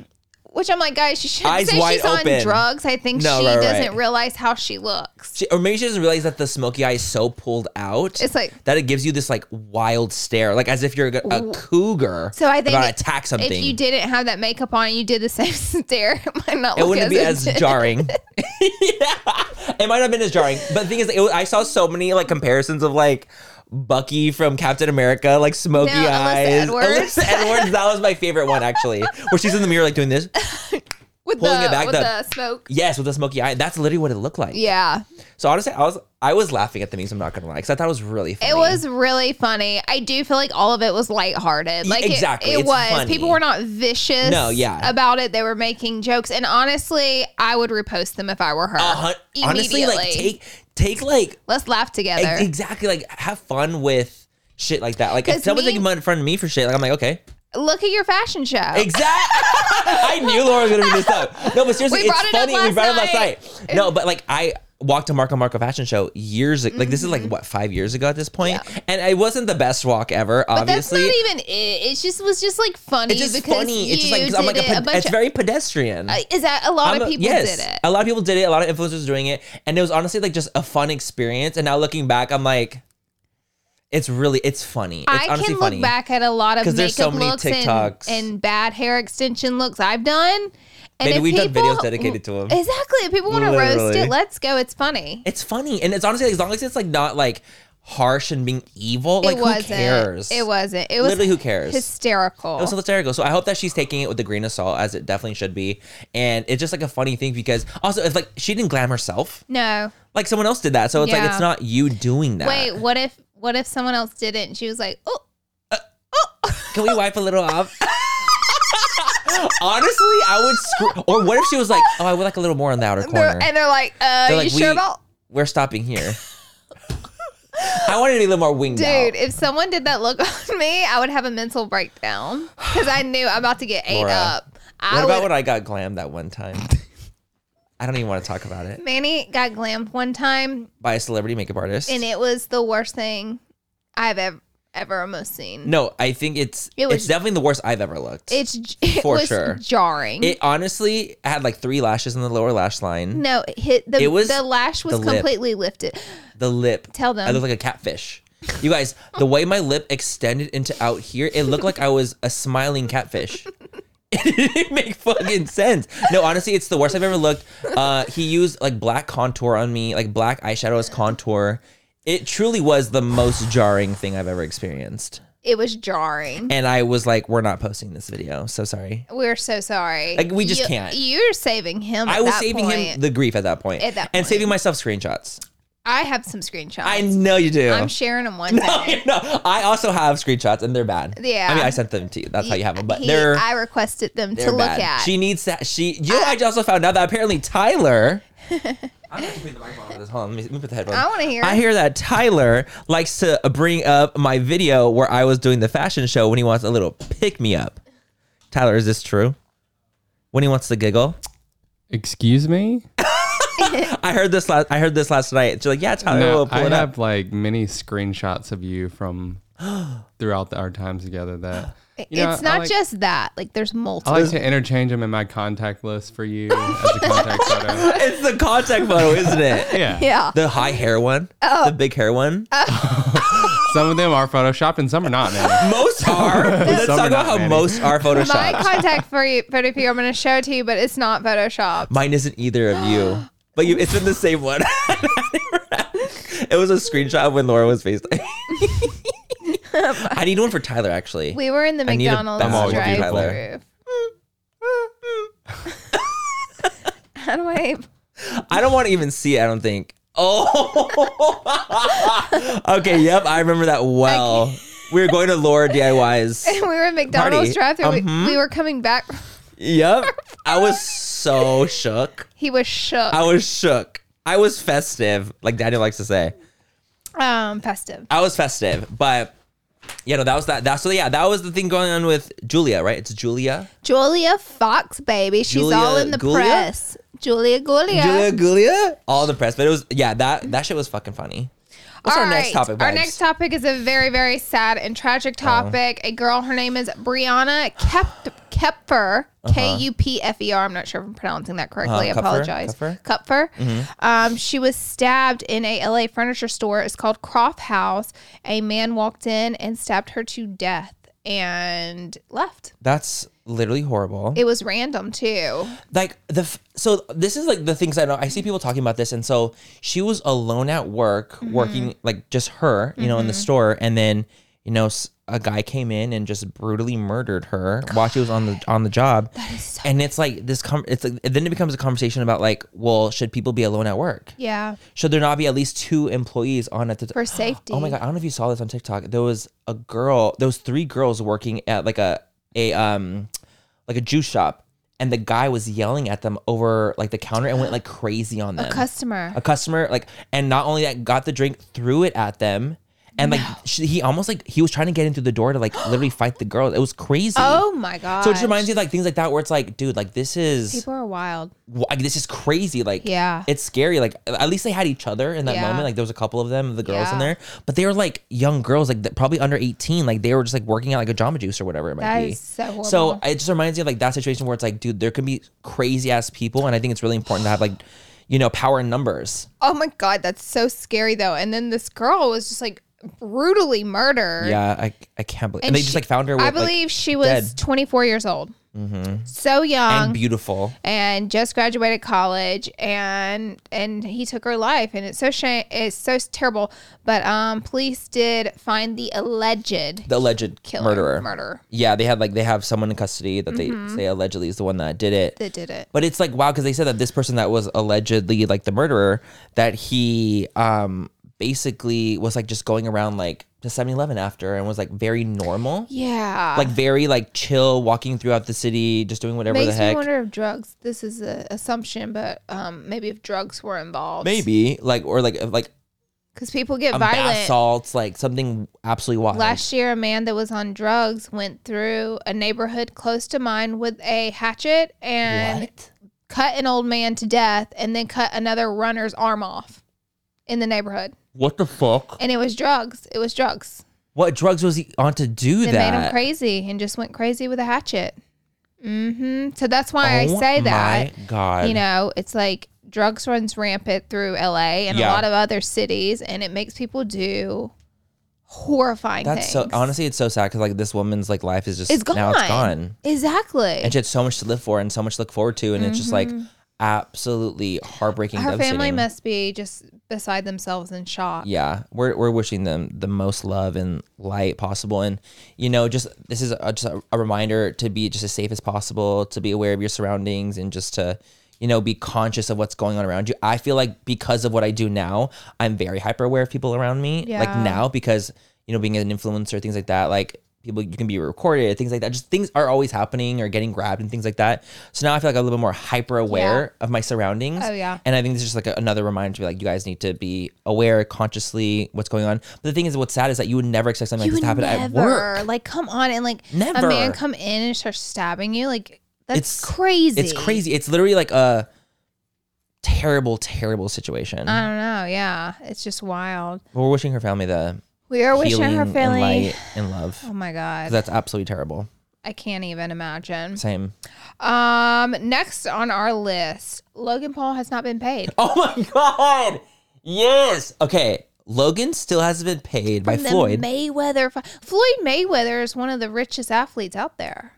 which I'm like, guys, she shouldn't Eyes say wide she's open. on drugs. I think No, she right, right. doesn't realize how she looks. She, or maybe she doesn't realize that the smoky eye is so pulled out. It's like- that it gives you this like wild stare, like as if you're a, a cougar. So I think about to it- attack something. If you didn't have that makeup on, you did the same stare. It might not it look wouldn't as be as intense. jarring. yeah, it might not have been as jarring. But the thing is, it, was- I saw so many like comparisons of like Bucky from Captain America, like smoky No, Alyssa eyes. Edwards. Alyssa Edwards, that was my favorite one actually, where she's in the mirror like doing this. with pulling the, it back with up. the smoke. Yes, with a smoky eye. That's literally what it looked like. Yeah, So honestly, I was I was laughing at the memes. I'm not gonna lie, because I thought it was really funny. it was really funny. I do feel like all of it was lighthearted. Yeah, Like it- exactly. it, It's was. funny. People were not vicious. No, yeah. about it. They were making jokes, and honestly, I would repost them if I were her. A Uh, hun- honestly like Immediately. take take like Let's laugh together. ex- exactly like have fun with shit like that. Like if 'Cause someone's me- taking fun in front of me for shit, like I'm like okay. Look at your fashion show. Exactly. I knew Laura was gonna do this up. No, but seriously, We it's brought it up funny. we last brought it up night. last night. No, but like I walked to Marco Marco fashion show years ago. Like this is like Mm-hmm. what five years ago at this point, and it wasn't the best walk ever. but that's obviously, not even it. It just was just like funny. it's just because funny. You It's just like 'cause I'm did like a, it, ped- bunch it's of- very pedestrian. uh, is that a lot I'm of a- people yes, did it? A lot of people did it. A lot of influencers were doing it, and it was honestly like just a fun experience. And now looking back, I'm like, it's really it's funny. It's I honestly can look funny. back at a lot of 'Cause makeup there's so many looks and- TikToks. And, bad hair extension looks I've done. And Maybe if we've done people- videos dedicated to 'em. Exactly. If people want to roast Literally. it, let's go. It's funny. It's funny, and it's honestly as long as it's like not like harsh and being evil. Like it wasn't. who cares? It wasn't. It was Literally, who cares? hysterical. It was hysterical. So I hope that she's taking it with a grain of salt, as it definitely should be. And it's just like a funny thing because also it's like she didn't glam herself. no. Like someone else did that. So it's like Yeah. it's not you doing that. Wait, what if what if someone else did it and she was like, oh, Can we wipe a little off? Honestly, I would screw. Or what if she was like, "Oh, I would like a little more on the outer corner." They're- and they're like, uh, They're like, you sure "We- about? We're stopping here. I wanted to be a little more winged out. Dude, if someone did that look on me, I would have a mental breakdown because I knew I'm about to get ate Laura, up. I What about would, when I got glammed that one time? I don't even want to talk about it. Manny got glammed one time, By a celebrity makeup artist. and it was the worst thing I've ever ever almost seen. no, I think it's It was- it's definitely the worst I've ever looked. it's j- it For was sure. jarring. it honestly had like three lashes in the lower lash line. no, it hit the It was the lash was the lip. completely lifted. The lip. Tell them. I looked like a catfish. You guys, the way my lip extended into out here, it looked like I was a smiling catfish. it didn't make fucking sense. No, honestly, it's the worst I've ever looked. Uh, he used like black contour on me, like black eyeshadow as contour. It truly was the most jarring thing I've ever experienced. It was jarring. And I was like, we're not posting this video. So sorry. We're so sorry. Like, we just can't. You're saving him. I at was that saving him point. the grief at that point. At that And point. saving myself screenshots. I have some screenshots. I know you do. I'm sharing them one No, day. no, I also have screenshots and they're bad. Yeah. I mean, I sent them to you. That's how you have them, but He- they're, I requested them they're to look bad. at. She needs that. She, you know, I also found out that apparently Tyler. I'm not putting the microphone on this. Hold on, let me, let me put the headphone. I wanna hear I it. hear that Tyler likes to bring up my video where I was doing the fashion show when he wants a little pick me up. Tyler, is this true? When he wants to giggle? Excuse me? I heard this last. I heard this last night. She's like, "Yeah, Tyler, No, we'll pull I it have up." like many screenshots of you from throughout the, our time together. That you know, it's I not like- just that. Like there's I multiple. like to interchange them in my contact list for you as a contact photo. It's the contact photo, isn't it? Yeah. yeah. The high hair one, Oh. the big hair one. Some of them are photoshopped and some are not. Man. most are. Let's Some talk are about not how many. most are My photoshopped. contact for you, photo for you, I'm going to show it to you, but it's not Photoshop. Mine isn't either of you, but you, it's been the same one. it was a screenshot of when Laura was FaceTime. I need one for Tyler actually. We were in the I need a McDonald's bad one, drive-through. Tyler. How do I? I don't want to even see it. I don't think. Oh. okay. Yep. I remember that well. We were going to Laura DIYs. We were in Party. McDonald's drive-through. We- Mhm. We, were coming back. Yep. I was so shook. He was shook. I was shook. I was festive, like Daniel likes to say. Um, festive. I was festive, but you know that was that. That's so yeah. That was the thing going on with Julia, right? It's Julia, Julia Fox, baby. She's Julia all in the Gulia? press. Julia Gulia. Julia, Julia, all the press. But it was yeah. That that shit was fucking funny. What's All our next right. topic? Our vibes? Uh-huh. next topic is a very, very sad and tragic topic. A girl, her name is Brianna Kep- Kepfer, K U P F E R. I'm not sure if I'm pronouncing that correctly. Uh-huh. I Kupfer? apologize. Kupfer? Mm-hmm. Kupfer. Um, she was stabbed in a LA furniture store. It's called Croft House. A man walked in and stabbed her to death and left. That's literally horrible. It was random too. like the f- so this is like the things I know. I see people talking about this, and so she was alone at work, working like just her, you know, in the store, and then you know s- a guy came in and just brutally murdered her while she was on the on the job. That is so and it's like this. Com- it's like then it becomes a conversation about like, well, should people be alone at work? Yeah. Should there not be at least two employees on at the For safety. Oh my god! I don't know if you saw this on TikTok. There was a girl. There was three girls working at like a a um like a juice shop, and the guy was yelling at them over like the counter and went like crazy on them. Customer. A customer like, and not only that, got the drink, threw it at them, and like she, he almost like he was trying to get in through the door to like literally fight the girl. It was crazy. Oh my god. So it just reminds you of, like things like that where it's like, dude, like this is people are wild. like, this is crazy. Like Yeah. it's scary. Like at least they had each other in that Yeah. moment. Like there was a couple of them, the girls in Yeah. there, but they were like young girls, like that- probably under eighteen. Like they were just like working at like a Jamba Juice or whatever it might That be. is so horrible. So it just reminds me of like that situation where it's like, dude, there can be crazy ass people, and I think it's really important to have like, you know, power in numbers. Oh my god, that's so scary though. And then this girl was just like brutally murdered. Yeah, I I can't believe. And, And they she- just like found her. With, I like, believe she was dead. Mm-hmm. 24 years old, so young, and and, beautiful. just graduated college. And and he took her life, and it's so shame, it's so terrible. But um, police did find the alleged The alleged killer, murderer. murderer Yeah, they had like they have someone in custody that Mm-hmm. they say allegedly is the one that did it. that did it. But it's like wow, because they said that this person that was allegedly like the murderer, that he um basically was like just going around like to 7-Eleven after and was like very normal, Yeah, like very like chill, walking throughout the city, just doing whatever makes the heck. me wonder if drugs. This is an assumption, but um, maybe if drugs were involved, Maybe like or like like because people get um, violent. bath salts, like something absolutely wild. Last year, a man that was on drugs went through a neighborhood close to mine with a hatchet and what? cut an old man to death and then cut another runner's arm off in the neighborhood. What the fuck? And it was drugs. It was drugs. What drugs was he on to do It made him that? crazy and just went crazy with a hatchet. hmm So that's why I say that. Oh My God, You know, it's like drugs runs rampant through LA and Yeah. a lot of other cities, and it makes people do horrifying that's things. so honestly, it's so sad because like this woman's like life is just It's gone. now it's gone. Exactly. and she had so much to live for and so much to look forward to and it's just like absolutely heartbreaking Mm-hmm. her family devastating. must be just beside themselves in shock. yeah we're, we're wishing them the most love and light possible and you know just this is a, just a, a reminder to be just as safe as possible to be aware of your surroundings and just to you know be conscious of what's going on around you i feel like because of what i do now i'm very hyper aware of people around me like Yeah. now because you know being an influencer things like that like people you can be recorded things like that just things are always happening or getting grabbed and things like that so now i feel like i'm a little bit more hyper aware of my surroundings Oh, yeah. and i think this is just like a- another reminder to be like you guys need to be aware consciously what's going on but the thing is what's sad is that you would never expect something like this You would to happen never, at work like, come on, and like, Never. a man come in and start stabbing you, like, that's It's- crazy. it's crazy it's literally like a terrible, terrible situation. I don't know. Yeah, it's just wild. But We're wishing her family the We are wishing healing her and family. light and love. Oh my 'Cause god, That's absolutely terrible. I can't even imagine. Same. Um, next on our list, Logan Paul has not been paid. Oh my god! Yes. Okay. Logan still hasn't been paid by From the Floyd Mayweather. fi- Floyd Mayweather is one of the richest athletes out there.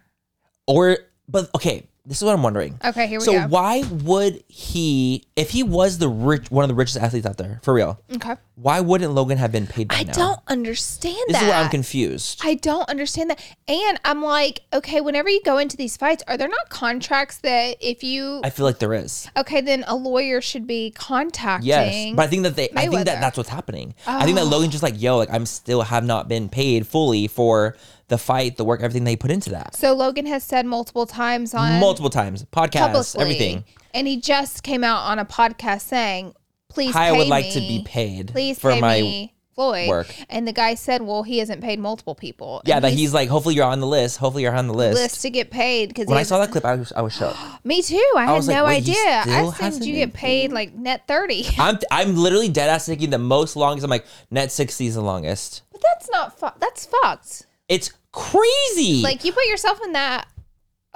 or but okay, this is what I'm wondering. Okay, here we so go. why would he if he was the rich one of the richest athletes out there, for real, okay, why wouldn't Logan have been paid by I now? don't understand This that. is where I'm confused. I don't understand that. And I'm like, okay, whenever you go into these fights, are there not contracts that if you I feel like there is. okay, then a lawyer should be contacting Yes, but I think that they. I think Mayweather. Oh. that that's what's happening. I think that Logan's just like, yo, like I'm still have not been paid fully for the fight, the work, everything they put into that. So Logan has said multiple times on Multiple times, podcasts, publicly, everything. and he just came out on a podcast saying, "Please, Hi, I pay would like to me. be paid Please for pay my. me, Floyd." work. And the guy said, "Well, he hasn't paid multiple people. Yeah, And that he's like, hopefully you're on the list. Hopefully you're on the list. list to get paid because When I saw that clip, I was, I was shocked. me too. I, had was like, no wait, he idea. I still assumed hasn't you been get paid like net thirty. I'm I'm literally dead ass thinking the most longest. I'm like net sixty is the longest. But that's not fu- that's fucked. It's crazy. Like you put yourself in that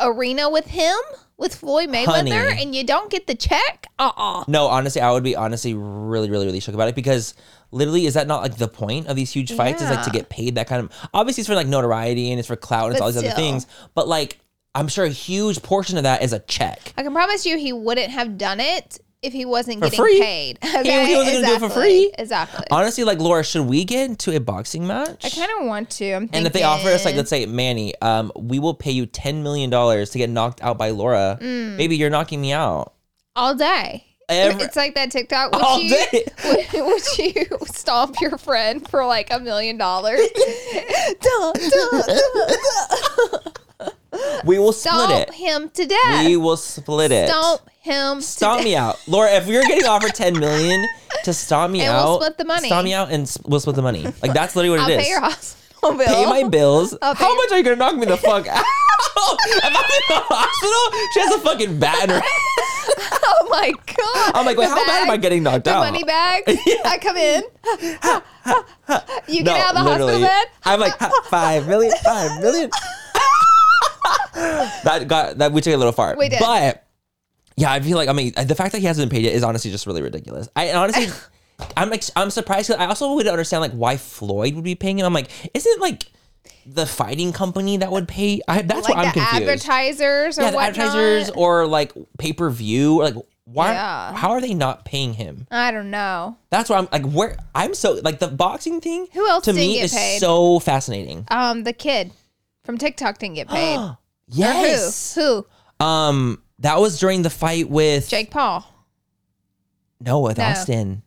arena with him, with Floyd Mayweather, Honey. and you don't get the check. Uh uh no, honestly, I would be honestly really really really shook about it because literally, is that not like the point of these huge fights? Is like to Yeah. get paid that kind of. Obviously, it's for like notoriety and it's for clout and it's But all these other still. things. But like, I'm sure a huge portion of that is a check. I can promise you, he wouldn't have done it if he wasn't For getting free. paid. Okay, he wasn't gonna do it for free. Uh, Exactly. Honestly, like Laura, should we get into a boxing match? I kind of want to. I'm thinking. And if they offer us, like, let's say, Manny, um, we will pay you ten million dollars to get knocked out by Laura. Baby, you're knocking me out. all day. Every- Mm. it's like that TikTok. Would All you, day. Would, would you stomp your friend for like a million dollars? Duh, duh, duh. We will split Stomp it. him to death. We will split it. Stomp him. Stomp to me out, Laura. If we are getting offered ten million to stomp me And out, we'll split the money. Stomp me out, and s- we'll split the money. Like that's literally I'll what it is. pay your hospital bill. Pay my bills. I'll pay How your- much are you gonna knock me the fuck out? if I'm in the hospital, she has a fucking bat in her. Oh my god! I'm like, wait, how bad am I getting knocked The out? money bag. I come in. you No, get out of the hospital literally. bed. I'm like "Ha, five million, five million. that got that we took a little far. We did. but yeah, I feel like I mean the fact that he hasn't been paid yet is honestly just really ridiculous. I and honestly. I'm like I'm surprised. 'cause I also would understand like why Floyd would be paying him. I'm like, isn't like the fighting company that would pay? I, that's like what I'm the confused. advertisers or yeah, the whatnot. advertisers or like pay per view. Like why? Yeah. How are they not paying him? I don't know. That's where I'm like, where I'm so like the boxing thing. Who else to didn't me get is paid? so fascinating. Um, the kid from TikTok didn't get paid. Or Yes. Who? Who? Um, that was during the fight with Jake Paul. No, with No. Austin.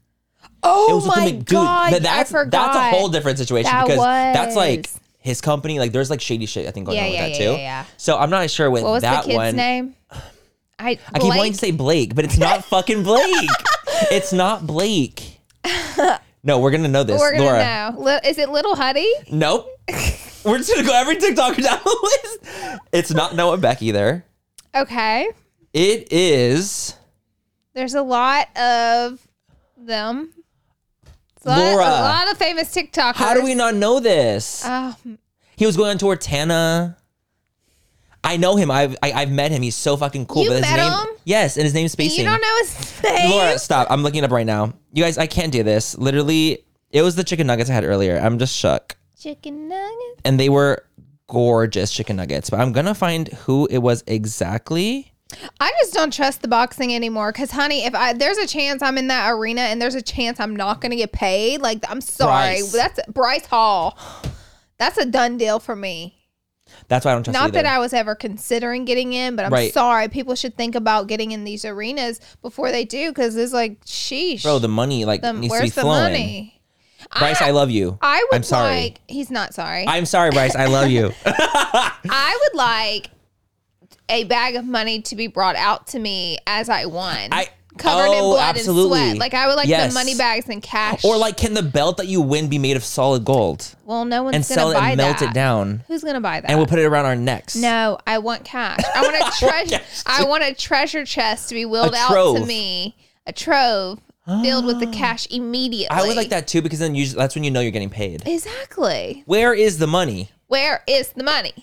Oh with the my big- god! th- that's I forgot. that's a whole different situation That because that's like was- his company. Like there's like shady shit I think going Yeah, on with yeah, that yeah, too. yeah, yeah. So I'm not sure with What was that the kid's one. name? I, I keep wanting Blake. to say Blake, but it's not fucking Blake. It's not Blake. No, we're gonna know this, We're gonna Laura. know. Li- is it Little Huddy? Nope. we're just gonna go every TikToker down the list. It's not Noah Beck either. Okay. It is There's a lot of them. It's a lot, Laura. a lot of famous TikTokers. How do we not know this? Oh, He was going on tour with Tana. I know him. I've I, I've met him. He's so fucking cool. You but his met name, him? Yes, and his name's you Spacing. don't know his name. Laura, stop. I'm looking it up right now. You guys, I can't do this. Literally, it was the chicken nuggets I had earlier. I'm just shook. Chicken nuggets. And they were gorgeous chicken nuggets. But I'm gonna find who it was exactly. I just don't trust the boxing anymore. Cause honey, if I there's a chance I'm in that arena and there's a chance I'm not gonna get paid, like I'm sorry. Bryce. That's Bryce Hall. That's a done deal for me. That's why I don't trust Not either. that I was ever considering getting in, but I'm Right. sorry. People should think about getting in these arenas before they do, because it's like, sheesh. Bro, Oh, the money like them- needs to be where's the flowing. money? Bryce, I, love you. I would I'm sorry. like. He's not sorry. I, I'm sorry, Bryce. I love you. would like a bag of money to be brought out to me as I won, I- covered in oh, blood and absolutely. sweat. Like I would like Yes. the money bags and cash. or like, can the belt that you win be made of solid gold? well, no one's and gonna sell it buy and melt that. it down. Who's gonna buy that? And we'll put it around our necks. no, I want cash. I want a treasure. I want a treasure chest to be wheeled out to trove. Ah. me a trove filled with the cash immediately. I would like that too because then you, that's when you know you're getting paid. Exactly. Where is the money? Where is the money?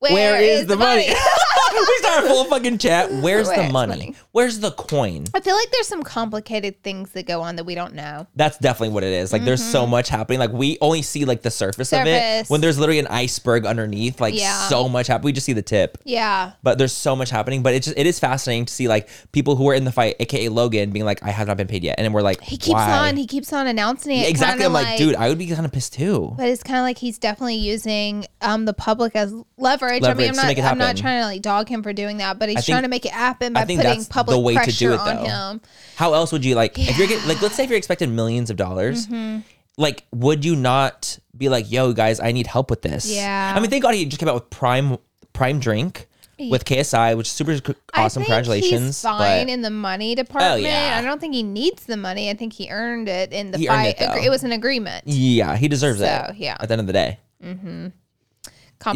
Where is, the, money? we start a full fucking chat. Where's the money? Where's money? Where's the coin? I feel like there's some complicated things that go on that we don't know. That's definitely what it is. Like there's so much happening. Like we only see like the surface, of it. Mm-hmm. Surface. When there's literally an iceberg underneath, like Yeah. so much happening. We just see the tip. Yeah. But there's so much happening. But it's just it is fascinating to see like people who are in the fight, aka Logan, being like, I have not been paid yet. And then we're like, He keeps why? on, he keeps on announcing it. Yeah, exactly. kinda I'm like, dude, I would be kind of pissed too. But it's kind of like he's definitely using um, the public as leverage. I Leverage to mean, I'm not, make it I'm not happen. trying to like dog him for doing that, but he's I think- trying to make it happen by I think putting that's public the way pressure to do it on though. him. How else would you like if you're getting like let's say if you're expecting millions of dollars, Mm-hmm. like would you not be like, yo guys, I need help with this? Yeah. I mean, thank God he just came out with Prime Prime Drink with KSI, which is super c- awesome. I think Congratulations. He's fine but- in the money department. yeah. I don't think he needs the money. I think he earned it in the He earned fight. it, though. Agree- It, was an agreement. yeah, he deserves So, it. yeah. At the end of the day, you'll get paid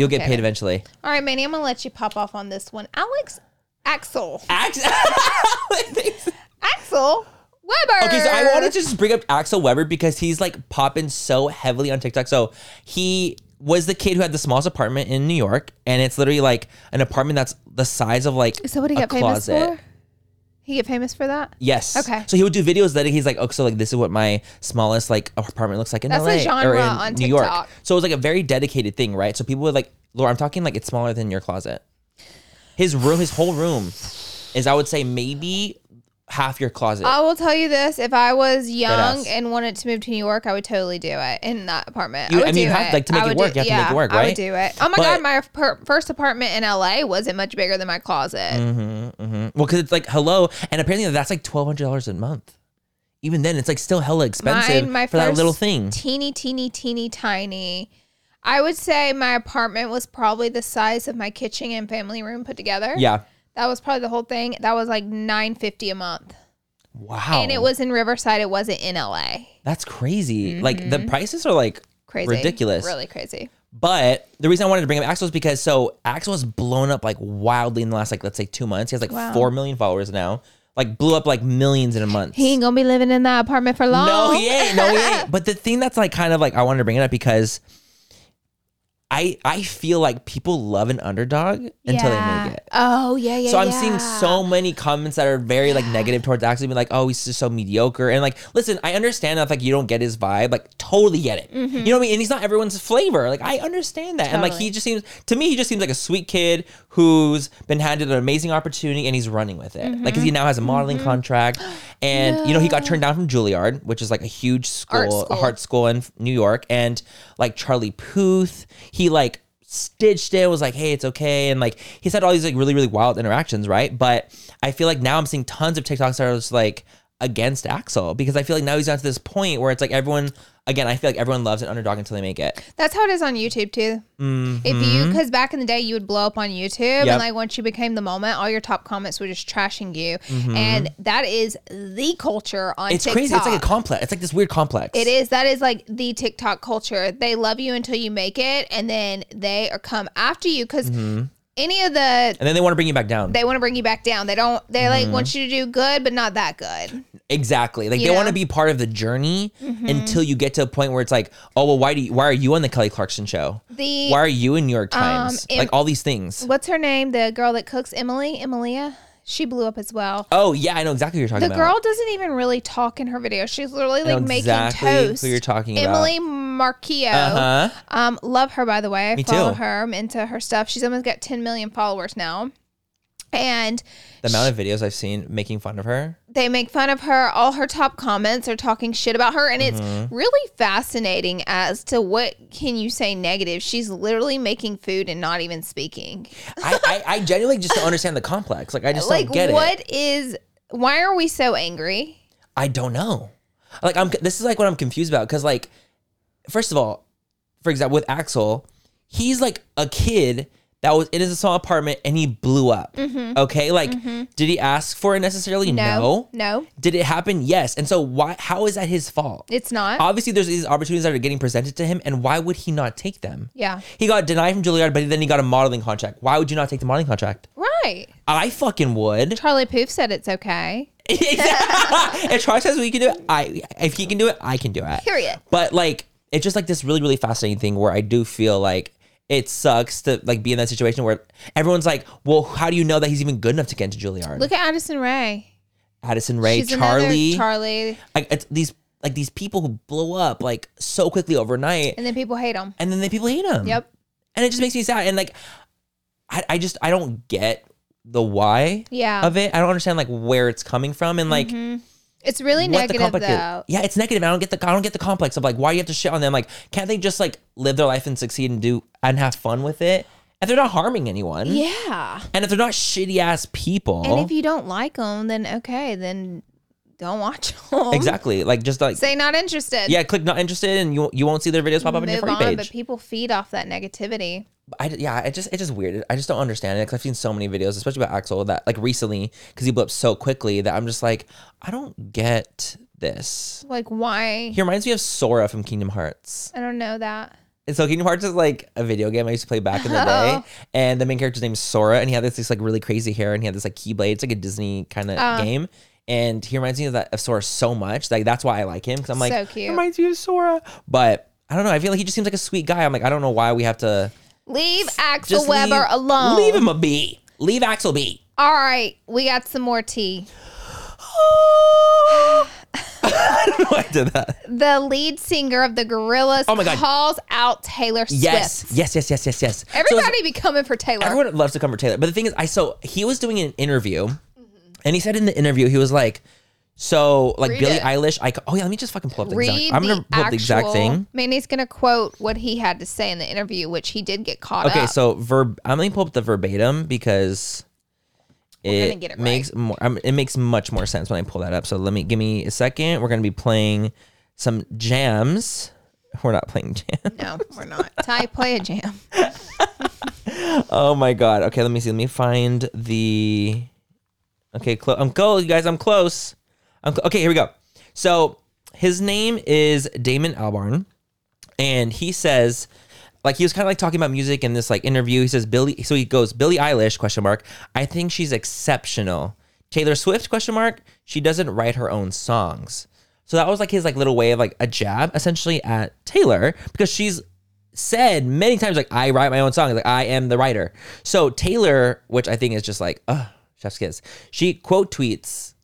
Complicated. eventually. All right, Manny, I'm gonna let you pop off on this one. Alex Axel. Ax- Axel Weber. Okay, so I wanted to just bring up Axel Weber because he's like popping so heavily on TikTok. So he was the kid who had the smallest apartment in New York, and it's literally like an apartment that's the size of like So what he a get famous closet. for? He get famous for that? Yes. Okay. So he would do videos that he's like, oh, so like this is what my smallest like apartment looks like in That's a LA or genre in on New York. TikTok. So it was like a very dedicated thing, right? So people would like, Laura, I'm talking like it's smaller than your closet. His room, his whole room, is I would say maybe half your closet. I will tell you this: if I was young ass. and wanted to move to New York, I would totally do it in that apartment. You- I would I mean, do you have- it. like, to make I it would work, do- you have to make yeah, it work, I right? would do it. Oh my But- god, my per- first apartment in LA wasn't much bigger than my closet. Mm-hmm, Well, because it's like hello, and apparently that's like twelve hundred dollars a month. Even then, it's like still hella expensive Mine, my for that first little thing. teeny, teeny, teeny, tiny. I would say my apartment was probably the size of my kitchen and family room put together. yeah. that was probably the whole thing. That was like nine fifty a month, Wow. and it was in Riverside. It wasn't in LA. that's crazy. Like Mm-hmm. the prices are like Crazy, ridiculous. really crazy. But the reason I wanted to bring up Axel is because so Axel has blown up like wildly in the last like let's say two months. He has like Wow. four million followers now. Like blew up like millions in a month. He ain't gonna be living in that apartment for long. no, he ain't. No, he ain't. But the thing that's like kind of like I wanted to bring it up because I I feel like people love an underdog until Yeah. they make it. Oh yeah, yeah. So I'm seeing yeah. so many comments that are very like negative towards Axel, being like, "Oh, he's just so mediocre." And like, listen, I understand that like you don't get his vibe, like totally get it. You know what I mean? And he's not everyone's flavor. Like I understand that, and like he Mm-hmm. Totally. just seems to me, he just seems like a sweet kid who's been handed an amazing opportunity and he's running with it. Like, Mm-hmm. 'cause he now has a modeling contract, and you know he got turned down from Juilliard, which is like a huge school, Art a school. hard school in New York, and like Charlie Puth, he like stitched it was like hey it's okay and like he's had all these like really really wild interactions right but i feel like now i'm seeing tons of tiktoks that are just like against axel because i feel like now he's gotten to this point where it's like everyone again i feel like everyone loves an underdog until they make it That's how it is on YouTube too. If you, because back in the day, you would blow up on YouTube, Mm-hmm. Yep. and like once you became the moment, all your top comments were just trashing you, and that is the culture on Mm-hmm. it's TikTok. crazy it's like a complex it's like this weird complex It is. That is like the TikTok culture. They love you until you make it, and then they are come after you because Mm-hmm. any of the and then they want to bring you back down they want to bring you back down. They don't. They Mm-hmm. like want you to do good, but not that good. Exactly. Like You they want to know? be part of the journey Mm-hmm. until you get to a point where it's like, oh well, why do you, why are you on the Kelly Clarkson show? The- why are you in New York Times? em- like all these things. What's her name? The girl that cooks, Emily, Emilia. She blew up as well. oh yeah, I know exactly who you're talking the about. girl doesn't even really talk in her video. She's literally I know like making exactly toast. Who you're talking about? Emily Marquio. Uh huh. Um, love her by the way. I Me follow too. her. I'm into her stuff. She's almost got 10 million followers now. And The amount of videos I've seen making fun of her. they make fun of her. All her top comments are talking shit about her, and Mm-hmm. it's really fascinating as to what can you say negative. She's literally making food and not even speaking. I, I I genuinely just don't understand the complex. Like I just like, don't get it. what is? Why are we so angry? I don't know. Like I'm this is like what I'm confused about cuz like first of all, for example with Axel, he's like a kid that was in a small apartment and he blew up. Okay? Like did he ask for it necessarily? Mm-hmm. No, no, Did it happen? Yes. And so why how is that his fault? it's not. Obviously there's these opportunities that are getting presented to him and why would he not take them? yeah, He got denied from Juilliard, but then he got a modeling contract. Why would you not take the modeling contract? right. I fucking would. Charlie Poof said it's okay. if Troy says we can do it, I if he can do it, I can do it. Period. But like it's just like this really, really fascinating thing where I do feel like it sucks to like be in that situation where everyone's like, Well, how do you know that he's even good enough to get into Juilliard? Look at Addison Ray. Addison Ray, She's another Charlie. Charlie. like it's these like these people who blow up like so quickly overnight And then people hate him. and then the people hate him. Yep. And it just makes me sad. And like I, I just I don't get the why Yeah. of it. I don't understand like where it's coming from and like It's really what negative the though. complex Yeah, it's negative. I don't get the I don't get the complex of like why you have to shit on them. Like, can't they just like live their life and succeed and do and have fun with it? And they're not harming anyone. Yeah. And if they're not shitty ass people. And if you don't like them, then okay, then don't watch them. exactly. Like just like Say not interested. yeah, click not interested and you you won't see their videos pop up on your Move free on, page. but people feed off that negativity. I yeah, it just it just weird. I just don't understand it because I've seen so many videos, especially about Axel, that like recently because he blew up so quickly that I'm just like, I don't get this. Like why? He reminds me of Sora from Kingdom Hearts. I don't know that. And so Kingdom Hearts is like a video game I used to play back in the day, Oh. and the main character's name is Sora, and he had this, this like really crazy hair, and he had this like keyblade. It's like a Disney kind of Uh. game. And he reminds me of that of Sora so much, like that's why I like him because I'm like So cute. reminds me of Sora. But I don't know, I feel like he just seems like a sweet guy. I'm like I don't know why we have to Leave Axel just Weber leave, alone. Leave him a be. Leave Axel be. All right, we got some more tea. I don't know why I did that. The lead singer of the Gorillas Oh my God. calls out Taylor Yes, Swift. yes, yes, yes, yes, yes. So it's- Everybody be coming for Taylor. Everyone loves to come for Taylor. But the thing is, I so he was doing an interview, Mm-hmm. and he said in the interview he was like, so like Read Billie it. Eilish. I oh yeah, let me just fucking pull up the Read exact. I'm the gonna pull up the exact actual- thing. Mandy's gonna quote what he had to say in the interview, which he did get caught Okay, up. so verb. I'm gonna pull up the verbatim because gonna it, get it makes more. Um, it makes much more sense when I pull that up. So let me give me a second. We're gonna be playing some jams. We're not playing jams. no, we're not. Ty, play a jam. Oh my god. Okay, let me see. Let me find the. Okay, clo- I'm close, you guys. I'm close. I'm cl- okay. Here we go. So his name is Damon Albarn, and he says, like he was kind of like talking about music in this like interview. He says Billy. So he goes Billie Eilish question mark. I think she's exceptional. Taylor Swift question mark. She doesn't write her own songs. So that was like his like little way of like a jab essentially at Taylor because she's said many times like I write my own songs, like I am the writer. So Taylor, which I think is just like, uh, chef's kiss. She quote tweets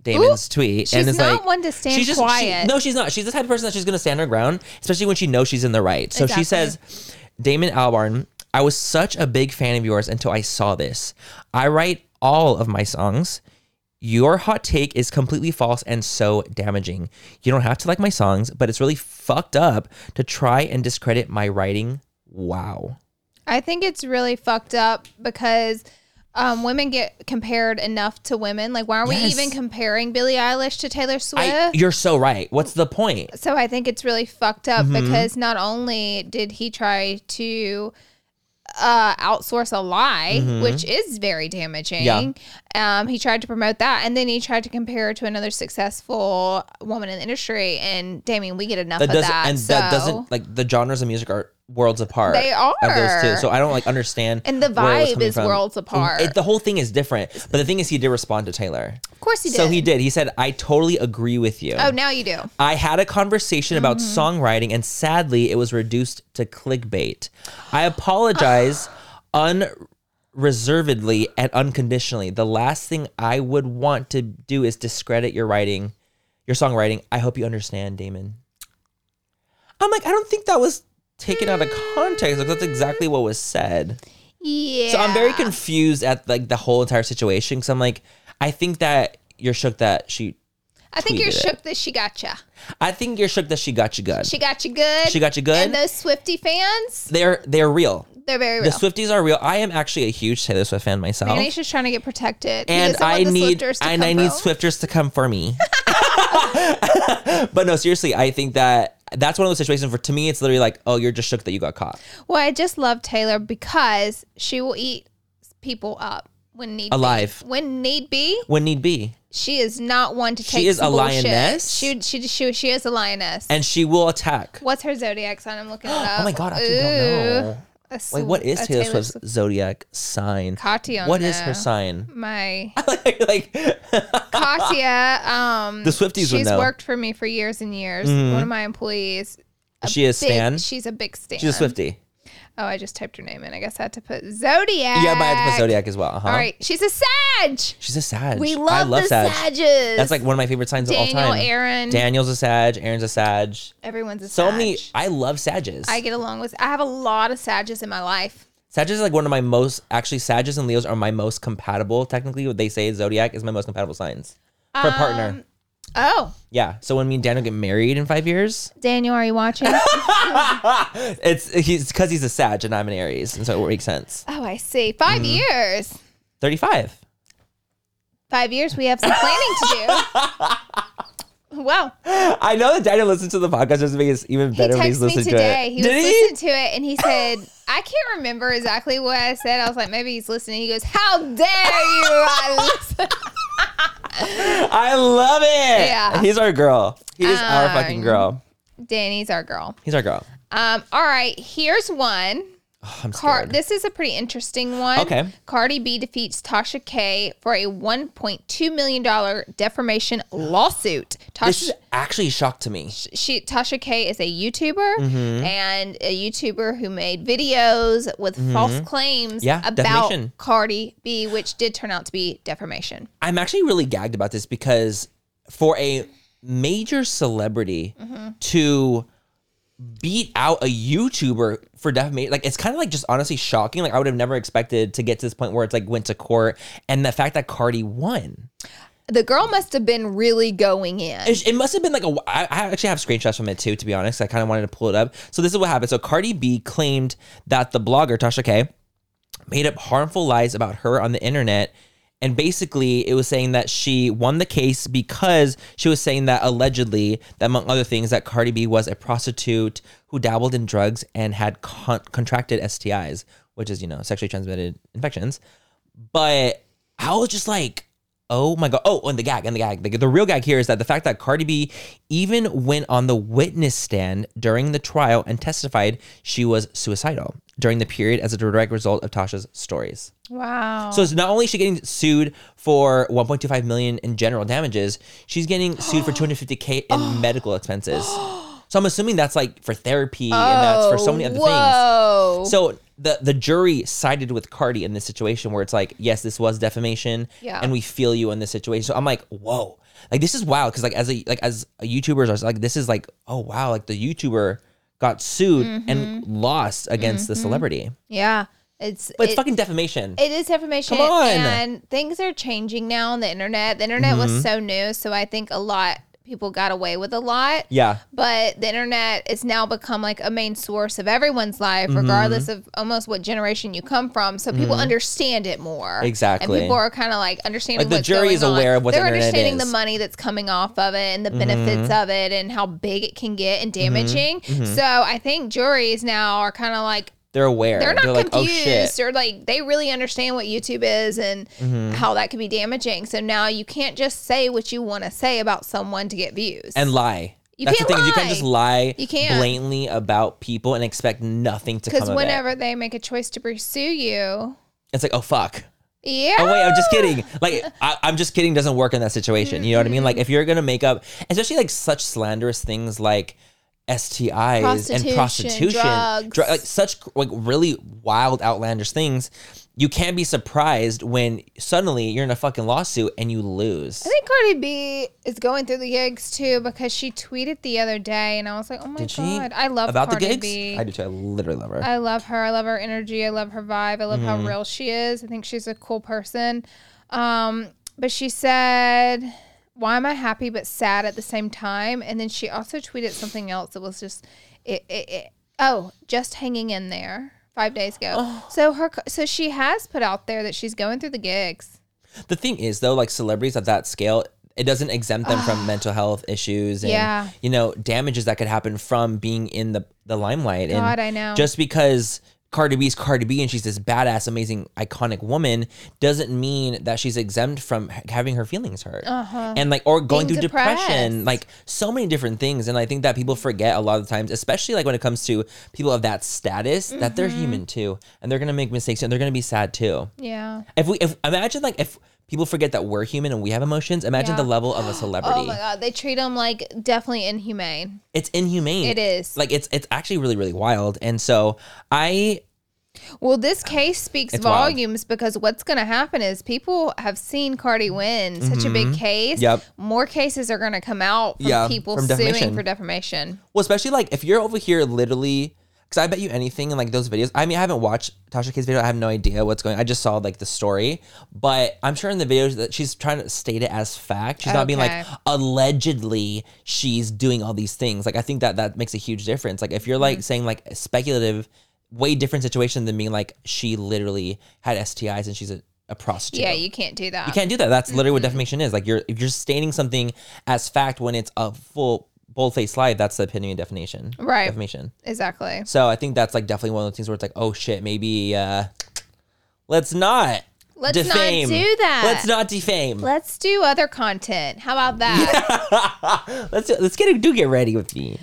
Damon's tweet She's and is not like one to stand she's just, she- quiet. no, she's not. She's the type of person that she's going to stand her ground, especially when she knows she's in the right. So Exactly. she says, Damon Albarn, I was such a big fan of yours until I saw this. I write all of my songs. Your hot take is completely false and so damaging. You don't have to like my songs, but it's really fucked up to try and discredit my writing. Wow. I think it's really fucked up because um, women get compared enough to women. Like, why are we Yes. even comparing Billie Eilish to Taylor Swift? I, you're so right. What's the point? so I think it's really fucked up Mm-hmm. because not only did he try to uh, outsource a lie, which is very damaging. Mm-hmm. Yeah. Um, he tried to promote that, and then he tried to compare her to another successful woman in the industry. And Damien, we get enough That of doesn't that. and so. that doesn't like the genres of music are worlds apart. They of those two. are. So I don't like understand. And the where it was vibe coming is worlds apart. It- the whole thing is different. But the thing is, he did respond to Taylor. of course he did. So he did. He said, "I totally agree with you." Oh, now you do. I had a conversation about songwriting, and sadly, it was reduced to clickbait. I apologize unreservedly and unconditionally. The last thing I would want to do is discredit your writing, your songwriting. I hope you understand, Damon. I'm like, I don't think that was taken out of context. Like, that's exactly what was said. Yeah. So I'm very confused at like the whole entire situation because I'm like, I think that you're shook that she. I think you're tweeted it. shook that she got you. I think you're shook that she got you good. She got you good. She got you good? And those Swifty fans, they're they're real. they're very The real. Swifties are real. I am actually a huge Taylor Swift fan myself, Manny's just trying to get protected. He Oh. and doesn't want I the need Swifters to and I come need for him. Swifters to come for me. but no, seriously, I think that that's one of those situations where to me it's literally like, oh, you're just shook that you got caught. Well, I just love Taylor because she will eat people up when need Alive. Be. When need be, When need be, she is not one to take. is a some bullshit. lioness? She she she she is a lioness. and she will attack. What's her zodiac sign? I'm looking it up. Oh my god, I actually Ooh. don't know. a Wait, what sw- is a Taylor Taylor Swift's Swift- zodiac sign? Katya? What is her no. sign? My like, Katya, um, The Swifties would She's know. worked for me for years and years. One of my employees. she is big- Stan. She's a big Stan. She's a Swiftie. Oh, I just typed her name in. I guess I had to put Zodiac. Yeah, I might have to put Zodiac as well. Uh-huh. All right, she's a Sag. She's a Sag. We love, I love the Sag. Sages. That's like one of my favorite signs of all Daniel, time. Aaron, Daniel's a Sag. Aaron's a Sag. everyone's a So Sag. many. I love Sages. I get along with. I have a lot of Sages in my life. Sagittarius is like one of my most actually Sagittarius and Leos are my most compatible. Technically, what they say zodiac is my most compatible signs for a partner. Oh, Yeah. So when me and Daniel get married in five years, Daniel, are you watching? Oh, it's he's because he's a Sag and I'm an Aries, and so it makes sense. oh, I see. 5 Hmm. years. Thirty-five. Five years. We have some planning to do. Wow. I know that Daniel listens to the podcast just to make it even He better when he's texted me listening to today. it. He was Did listening to it and he said, I can't remember exactly what I said. I was like, maybe he's listening. He goes, How dare you? I listen. I love it. Yeah. Um, He's our girl. He is our fucking girl. Danny's our girl. He's our girl. Um, all right, here's one. Oh, I'm Car- scared. this is a pretty interesting one. Okay. Cardi B defeats Tasha K for a $1.2 million defamation lawsuit. this Tasha, is actually a shock to me. she, Tasha K is a YouTuber Mm-hmm. and a YouTuber who made videos with false claims Mm-hmm. Yeah, about defamation. Cardi B, which did turn out to be defamation. I'm actually really gagged about this because for a major celebrity to beat out a YouTuber for defamation, like it's kind of like just honestly shocking. Like I would have never expected to get to this point where it's like went to court, and the fact that Cardi won, The girl must have been really going in. it, it must have been like a. wh- I, I actually have screenshots from it too, to be honest. I kind of wanted to pull it up. So this is what happened. So Cardi B claimed that the blogger Tasha K made up harmful lies about her on the internet. And basically, it was saying that she won the case because she was saying that allegedly, that among other things, that Cardi B was a prostitute who dabbled in drugs and had con- contracted STIs, which is, you know, sexually transmitted infections. But I was just like, oh my God. Oh, and the gag, and the gag. The, the real gag here is that the fact that Cardi B even went on the witness stand during the trial and testified she was suicidal during the period as a direct result of Tasha's stories. wow. So it's not only is she getting sued for 1.25 million in general damages, she's getting sued for 250k in medical expenses. So I'm assuming that's like for therapy and that's for so many other things. whoa. So the the jury sided with Cardi in this situation where it's like, yes, this was defamation, Yeah. and we feel you in this situation. So I'm like, whoa, like this is wild because like as a like as a YouTubers, I was like, this is like, oh wow, like the YouTuber got sued and lost against the celebrity, yeah. It's but it's Mm-hmm. it- fucking defamation. It is information. Come on. And things are changing now on the internet. The internet Mm-hmm. was so new, so I think a lot people got away with a lot. yeah, But the internet is now become like a main source of everyone's life, Mm-hmm. regardless of almost what generation you come from. So people understand it more. Exactly. And people are kind of like understanding. Like, the what's jury going is aware on. of what the They're internet understanding is. Mm-hmm. the money that's coming off of it and the benefits of it and how big it can get and damaging. Mm-hmm. So I think juries now are kind of like they're aware. they're not like, oh confused shit. or like they really understand what YouTube is and Mm-hmm. how that could be damaging. So now you can't just say what you want to say about someone to get views. and lie. You That's can't the thing. is You can't just lie You can't. blatantly about people and expect nothing to come because of it. whenever they make a choice to pursue you, It's like, oh fuck. yeah, Oh wait, I'm just kidding. Like I, I'm just kidding doesn't work in that situation. You know what I mean? Like if you're gonna make up, especially like such slanderous things like STIs and Prostitution, prostitution, drugs. dr- like such like really wild, outlandish things. You can't be surprised when suddenly you're in a fucking lawsuit and you lose. I think Cardi B is going through the gigs too because she tweeted the other day, and I was like, oh my Did she? god, I love about Cardi the gigs. B. I do too. I literally love her. I love her. I love her energy. I love her vibe. I love how real she is. I think she's a cool person. Um, but she said, "Why am I happy but sad at the same time?" And then she also tweeted something else that was just, it, it, it oh, just hanging in there. Five days ago. So her, so she has put out there that she's going through the gigs. The thing is, though, like celebrities at that scale, it doesn't exempt them from mental health issues and Yeah. you know damages that could happen from being in the the limelight. God, and I know. Just because Cardi B's Cardi B and she's this badass, amazing, iconic woman doesn't mean that she's exempt from h- having her feelings hurt. Uh-huh. And like, or going Being through depression, depressed. like so many different things. And I think that people forget a lot of times, especially like when it comes to people of that status, that Mm-hmm. they're human too. And they're going to make mistakes and they're going to be sad too. Yeah. If we, if imagine like if people forget that we're human and we have emotions, imagine Yeah. the level of a celebrity. Oh my god, they treat them like definitely inhumane. It's inhumane. It is. Like it's it's actually really really wild. And so I Well, this case speaks It's wild. volumes because what's going to happen is people have seen Cardi win such a big case. Mm-hmm. Yep. More cases are going to come out from Yeah, people from suing defamation. for defamation. well especially like if you're over here literally because I bet you anything in like those videos. I mean I haven't watched Tasha K's video. I have no idea what's going. I just saw like the story, but I'm sure in the videos that she's trying to state it as fact. She's not being like Okay. allegedly she's doing all these things. Like I think that that makes a huge difference. Like if you're like Mm-hmm. saying like speculative. Way different situation than being like she literally had STIs and she's a, a prostitute. Yeah, you can't do that. You can't do that. That's literally what defamation is. Like you're if you're stating something as fact when it's a full bold faced lie, that's the epitome of defamation. Right. Defamation. Exactly. So I think that's like definitely one of those things where it's like, oh shit, maybe uh let's not Let's not defame. do that. Let's not defame. Let's do other content. How about that? Let's let's get do get ready with me.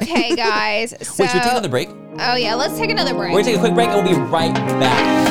Okay, guys. So, Wait, should we take another break? Oh yeah, let's take another break. We're gonna take a quick break and we'll be right back.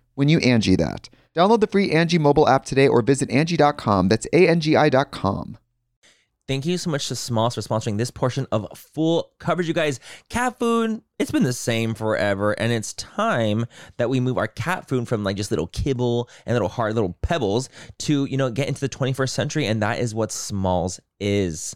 when you Angie that. Download the free Angie mobile app today or visit Angie.com. That's A-N-G-I dot com. Thank you so much to Smalls for sponsoring this portion of full coverage. You guys, cat food, it's been the same forever. And it's time that we move our cat food from like just little kibble and little hard little pebbles to, you know, get into the 21st century. And that is what Smalls is.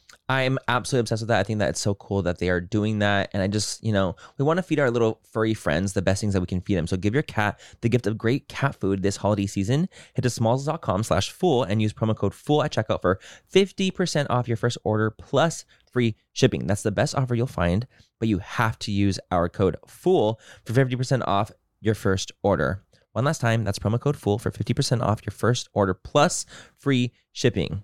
I am absolutely obsessed with that. I think that it's so cool that they are doing that. And I just, you know, we want to feed our little furry friends the best things that we can feed them. So give your cat the gift of great cat food this holiday season. Head to smalls.com slash fool and use promo code fool at checkout for 50% off your first order plus free shipping. That's the best offer you'll find, but you have to use our code fool for 50% off your first order. One last time, that's promo code fool for 50% off your first order plus free shipping.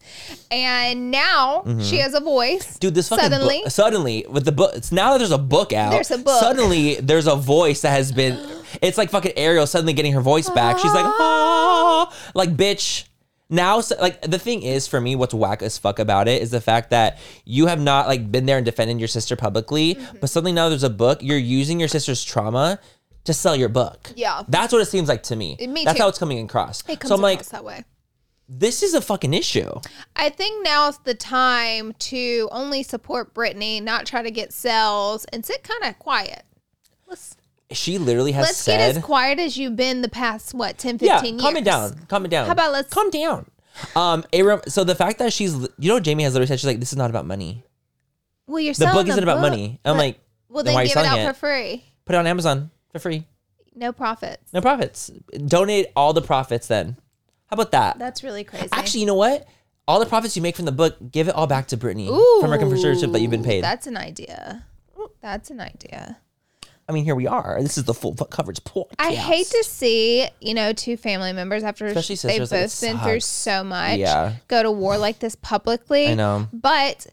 and now she has a voice. Mm-hmm. Dude, this fucking suddenly. book, suddenly with the book. It's now that there's a book out. There's a book. Suddenly there's a voice that has been. It's like fucking Ariel suddenly getting her voice back. She's like, ah, like bitch. Now, s- like the thing is for me, what's whack as fuck about it is the fact that you have not like been there and defended your sister publicly, Mm-hmm. but suddenly now there's a book. You're using your sister's trauma to sell your book. Yeah. that's what it seems like to me. Me that's too. how it's coming across. it comes so I'm like, across that way. this is a fucking issue. I think now's the time to only support Brittany, not try to get sales, and sit kind of quiet. Let's She literally has let's said. get as quiet as you've been the past what 10, 15 yeah, years. calm it down. Calm it down. How about let's- calm down? Um, Aram. So the fact that she's, you know, Jamie has literally said she's like, this is not about money. Well, you're The selling book isn't about book, money. I'm but- like, well, then then why are you give it out selling for it? free, put it on Amazon for free, no profits. no profits. Donate all the profits. Then, how about that? That's really crazy. Actually, you know what? All the profits you make from the book, give it all back to Brittany from her conservatorship that you've been Ooh, paid. That's an idea. That's an idea. I mean, here we are. This is the full fuck coverage podcast. I hate to see, you know, two family members after Especially they've sisters, both like, it been through sucks. so much Yeah. go to war like this publicly. I know. But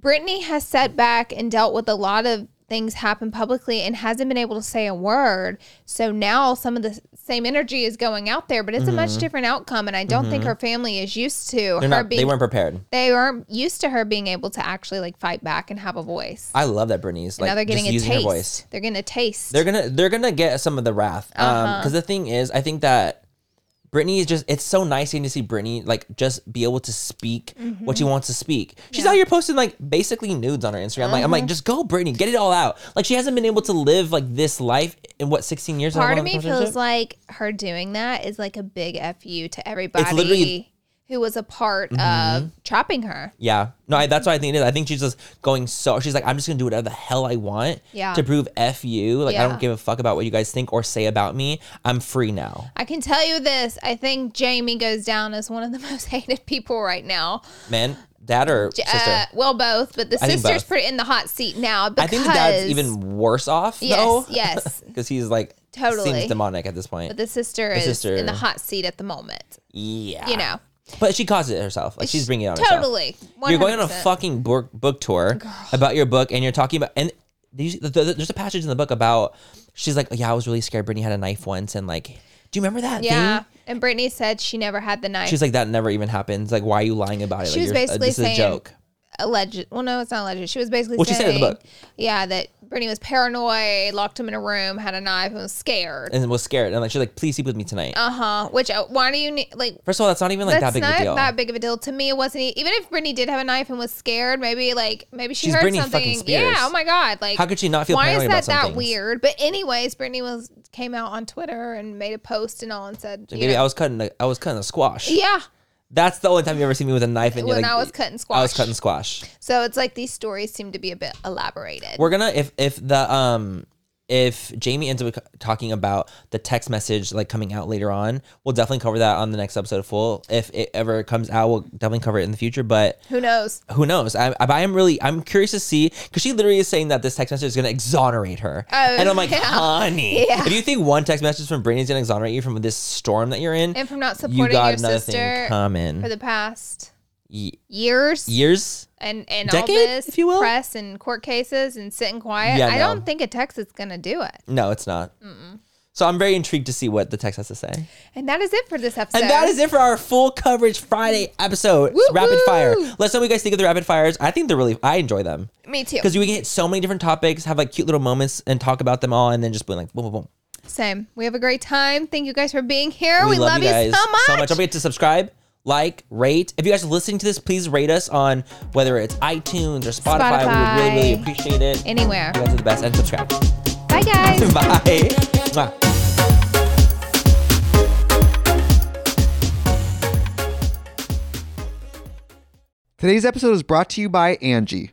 Brittany has set back and dealt with a lot of things happen publicly and hasn't been able to say a word. So now some of the same energy is going out there, but it's a much different outcome. And I don't think her family is used to her Mm-hmm. They're not, being they weren't prepared. they weren't used to her being able to actually like fight back and have a voice. I love that Brittany's And like now they're getting just a using her voice. taste. They're getting a taste. They're gonna they're gonna get some of the wrath. Um 'cause Uh-huh. because the thing is, I think that Brittany is just it's so nice seeing to see Brittany like just be able to speak Mm-hmm. what she wants to speak. She's out here posting like basically nudes on her Instagram. Like I'm Mm-hmm. like, just go Brittany, get it all out. Like she hasn't been able to live like this life in what 16 years. Part of me feels like her doing that is like a big fu to everybody literally- Mm-hmm. who was a part of trapping her. Yeah, no, I, that's what I think it is. I think she's just going so. She's like, I'm just gonna do whatever the hell I want. Yeah. To prove f you. Like I Yeah. don't give a fuck about what you guys think or say about me. I'm free now, I can tell you this. I think Jamie goes down as one of the most hated people right now. man. Dad or J- sister? Uh, well, both, but the I think sister's both. pretty in the hot seat now because I think the dad's even worse off yes, though. yes. Because he's like Totally. seems demonic at this point. But the sister is sister. in the hot seat at the moment. yeah, You know, But she caused it herself. Like she's bringing it on herself. totally. You're going on a 100%. fucking book book tour about your book, and you're talking about and these, th- th- there's a passage in the book about she's like, yeah, I was really scared. Brittany had a knife once, and like, do you remember that? Yeah, Thing? and Brittany said she never had the knife. She's like, that never even happens. Like, why are you lying about it? She like, was you're- uh, basically this is saying- a joke. alleged. Well, no, it's not alleged. She was basically Well, she saying, said it in the book. yeah, that Brittany was paranoid, locked him in a room, had a knife, and was scared. And was scared. And like, she's like, please sleep with me tonight. Uh huh. Which uh, why do you need like? First of all, that's not even like that's that big not of a deal. that big of a deal to me. It wasn't e- even if Brittany did have a knife and was scared. Maybe like maybe she She's heard Britney fucking something. Spears. Yeah. Oh my god. Like How could she not feel why paranoid is about that some that things? weird? But anyways, Brittany was came out on Twitter and made a post and all and said, you Maybe know- I was cutting. A, I was cutting a squash. yeah. That's the only time you ever see me with a knife. And you're When like, I was cutting I was squash. cutting squash. So it's like these stories seem to be a bit elaborated. We're gonna if if the um if Jamie ends up talking about the text message like coming out later on, we'll definitely cover that on the next episode of Full. If it ever comes out, we'll definitely cover it in the future. But Who knows? who knows? I, I, I am really I'm curious to see because she literally is saying that this text message is gonna exonerate her, Oh, and I'm like, yeah. honey, Yeah. if you think one text message from Brittany's gonna exonerate you from this storm that you're in, And from not you supporting got your another sister thing for coming. the past Mm. Ye- years. years. and and all Decade, this if you will? press and court cases and sitting quiet. Yeah, I no. don't think a text is gonna do it. No, it's not. So I'm very intrigued to see what the text has to say. And that is it for this episode. And that is it for our full coverage Friday episode. Woo, rapid woo. fire. Let us know what you guys think of the rapid fires. I think they're really I enjoy them. Me too. Because we can hit so many different topics, have like cute little moments and talk about them all and then just boom like boom boom boom. Same. We have a great time. Thank you guys for being here. Oh, We, love, you, guys so much. Don't forget to subscribe, like, rate. If you guys are listening to this, please rate us on whether it's iTunes or Spotify. We would really, really Spotify. appreciate it. Anywhere. you guys are the best and subscribe. Bye guys. Bye. Mwah. Today's episode is brought to you by Angie.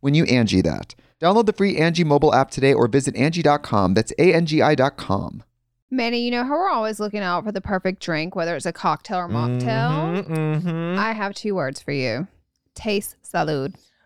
when you Angie that. Download the free Angie mobile app today or visit Angie.com. That's A-N-G-I dot com. Manny, you know how we're always looking out for the perfect drink, whether it's a cocktail or mocktail? Mhm, mhm. I have two words for you. Taste salud.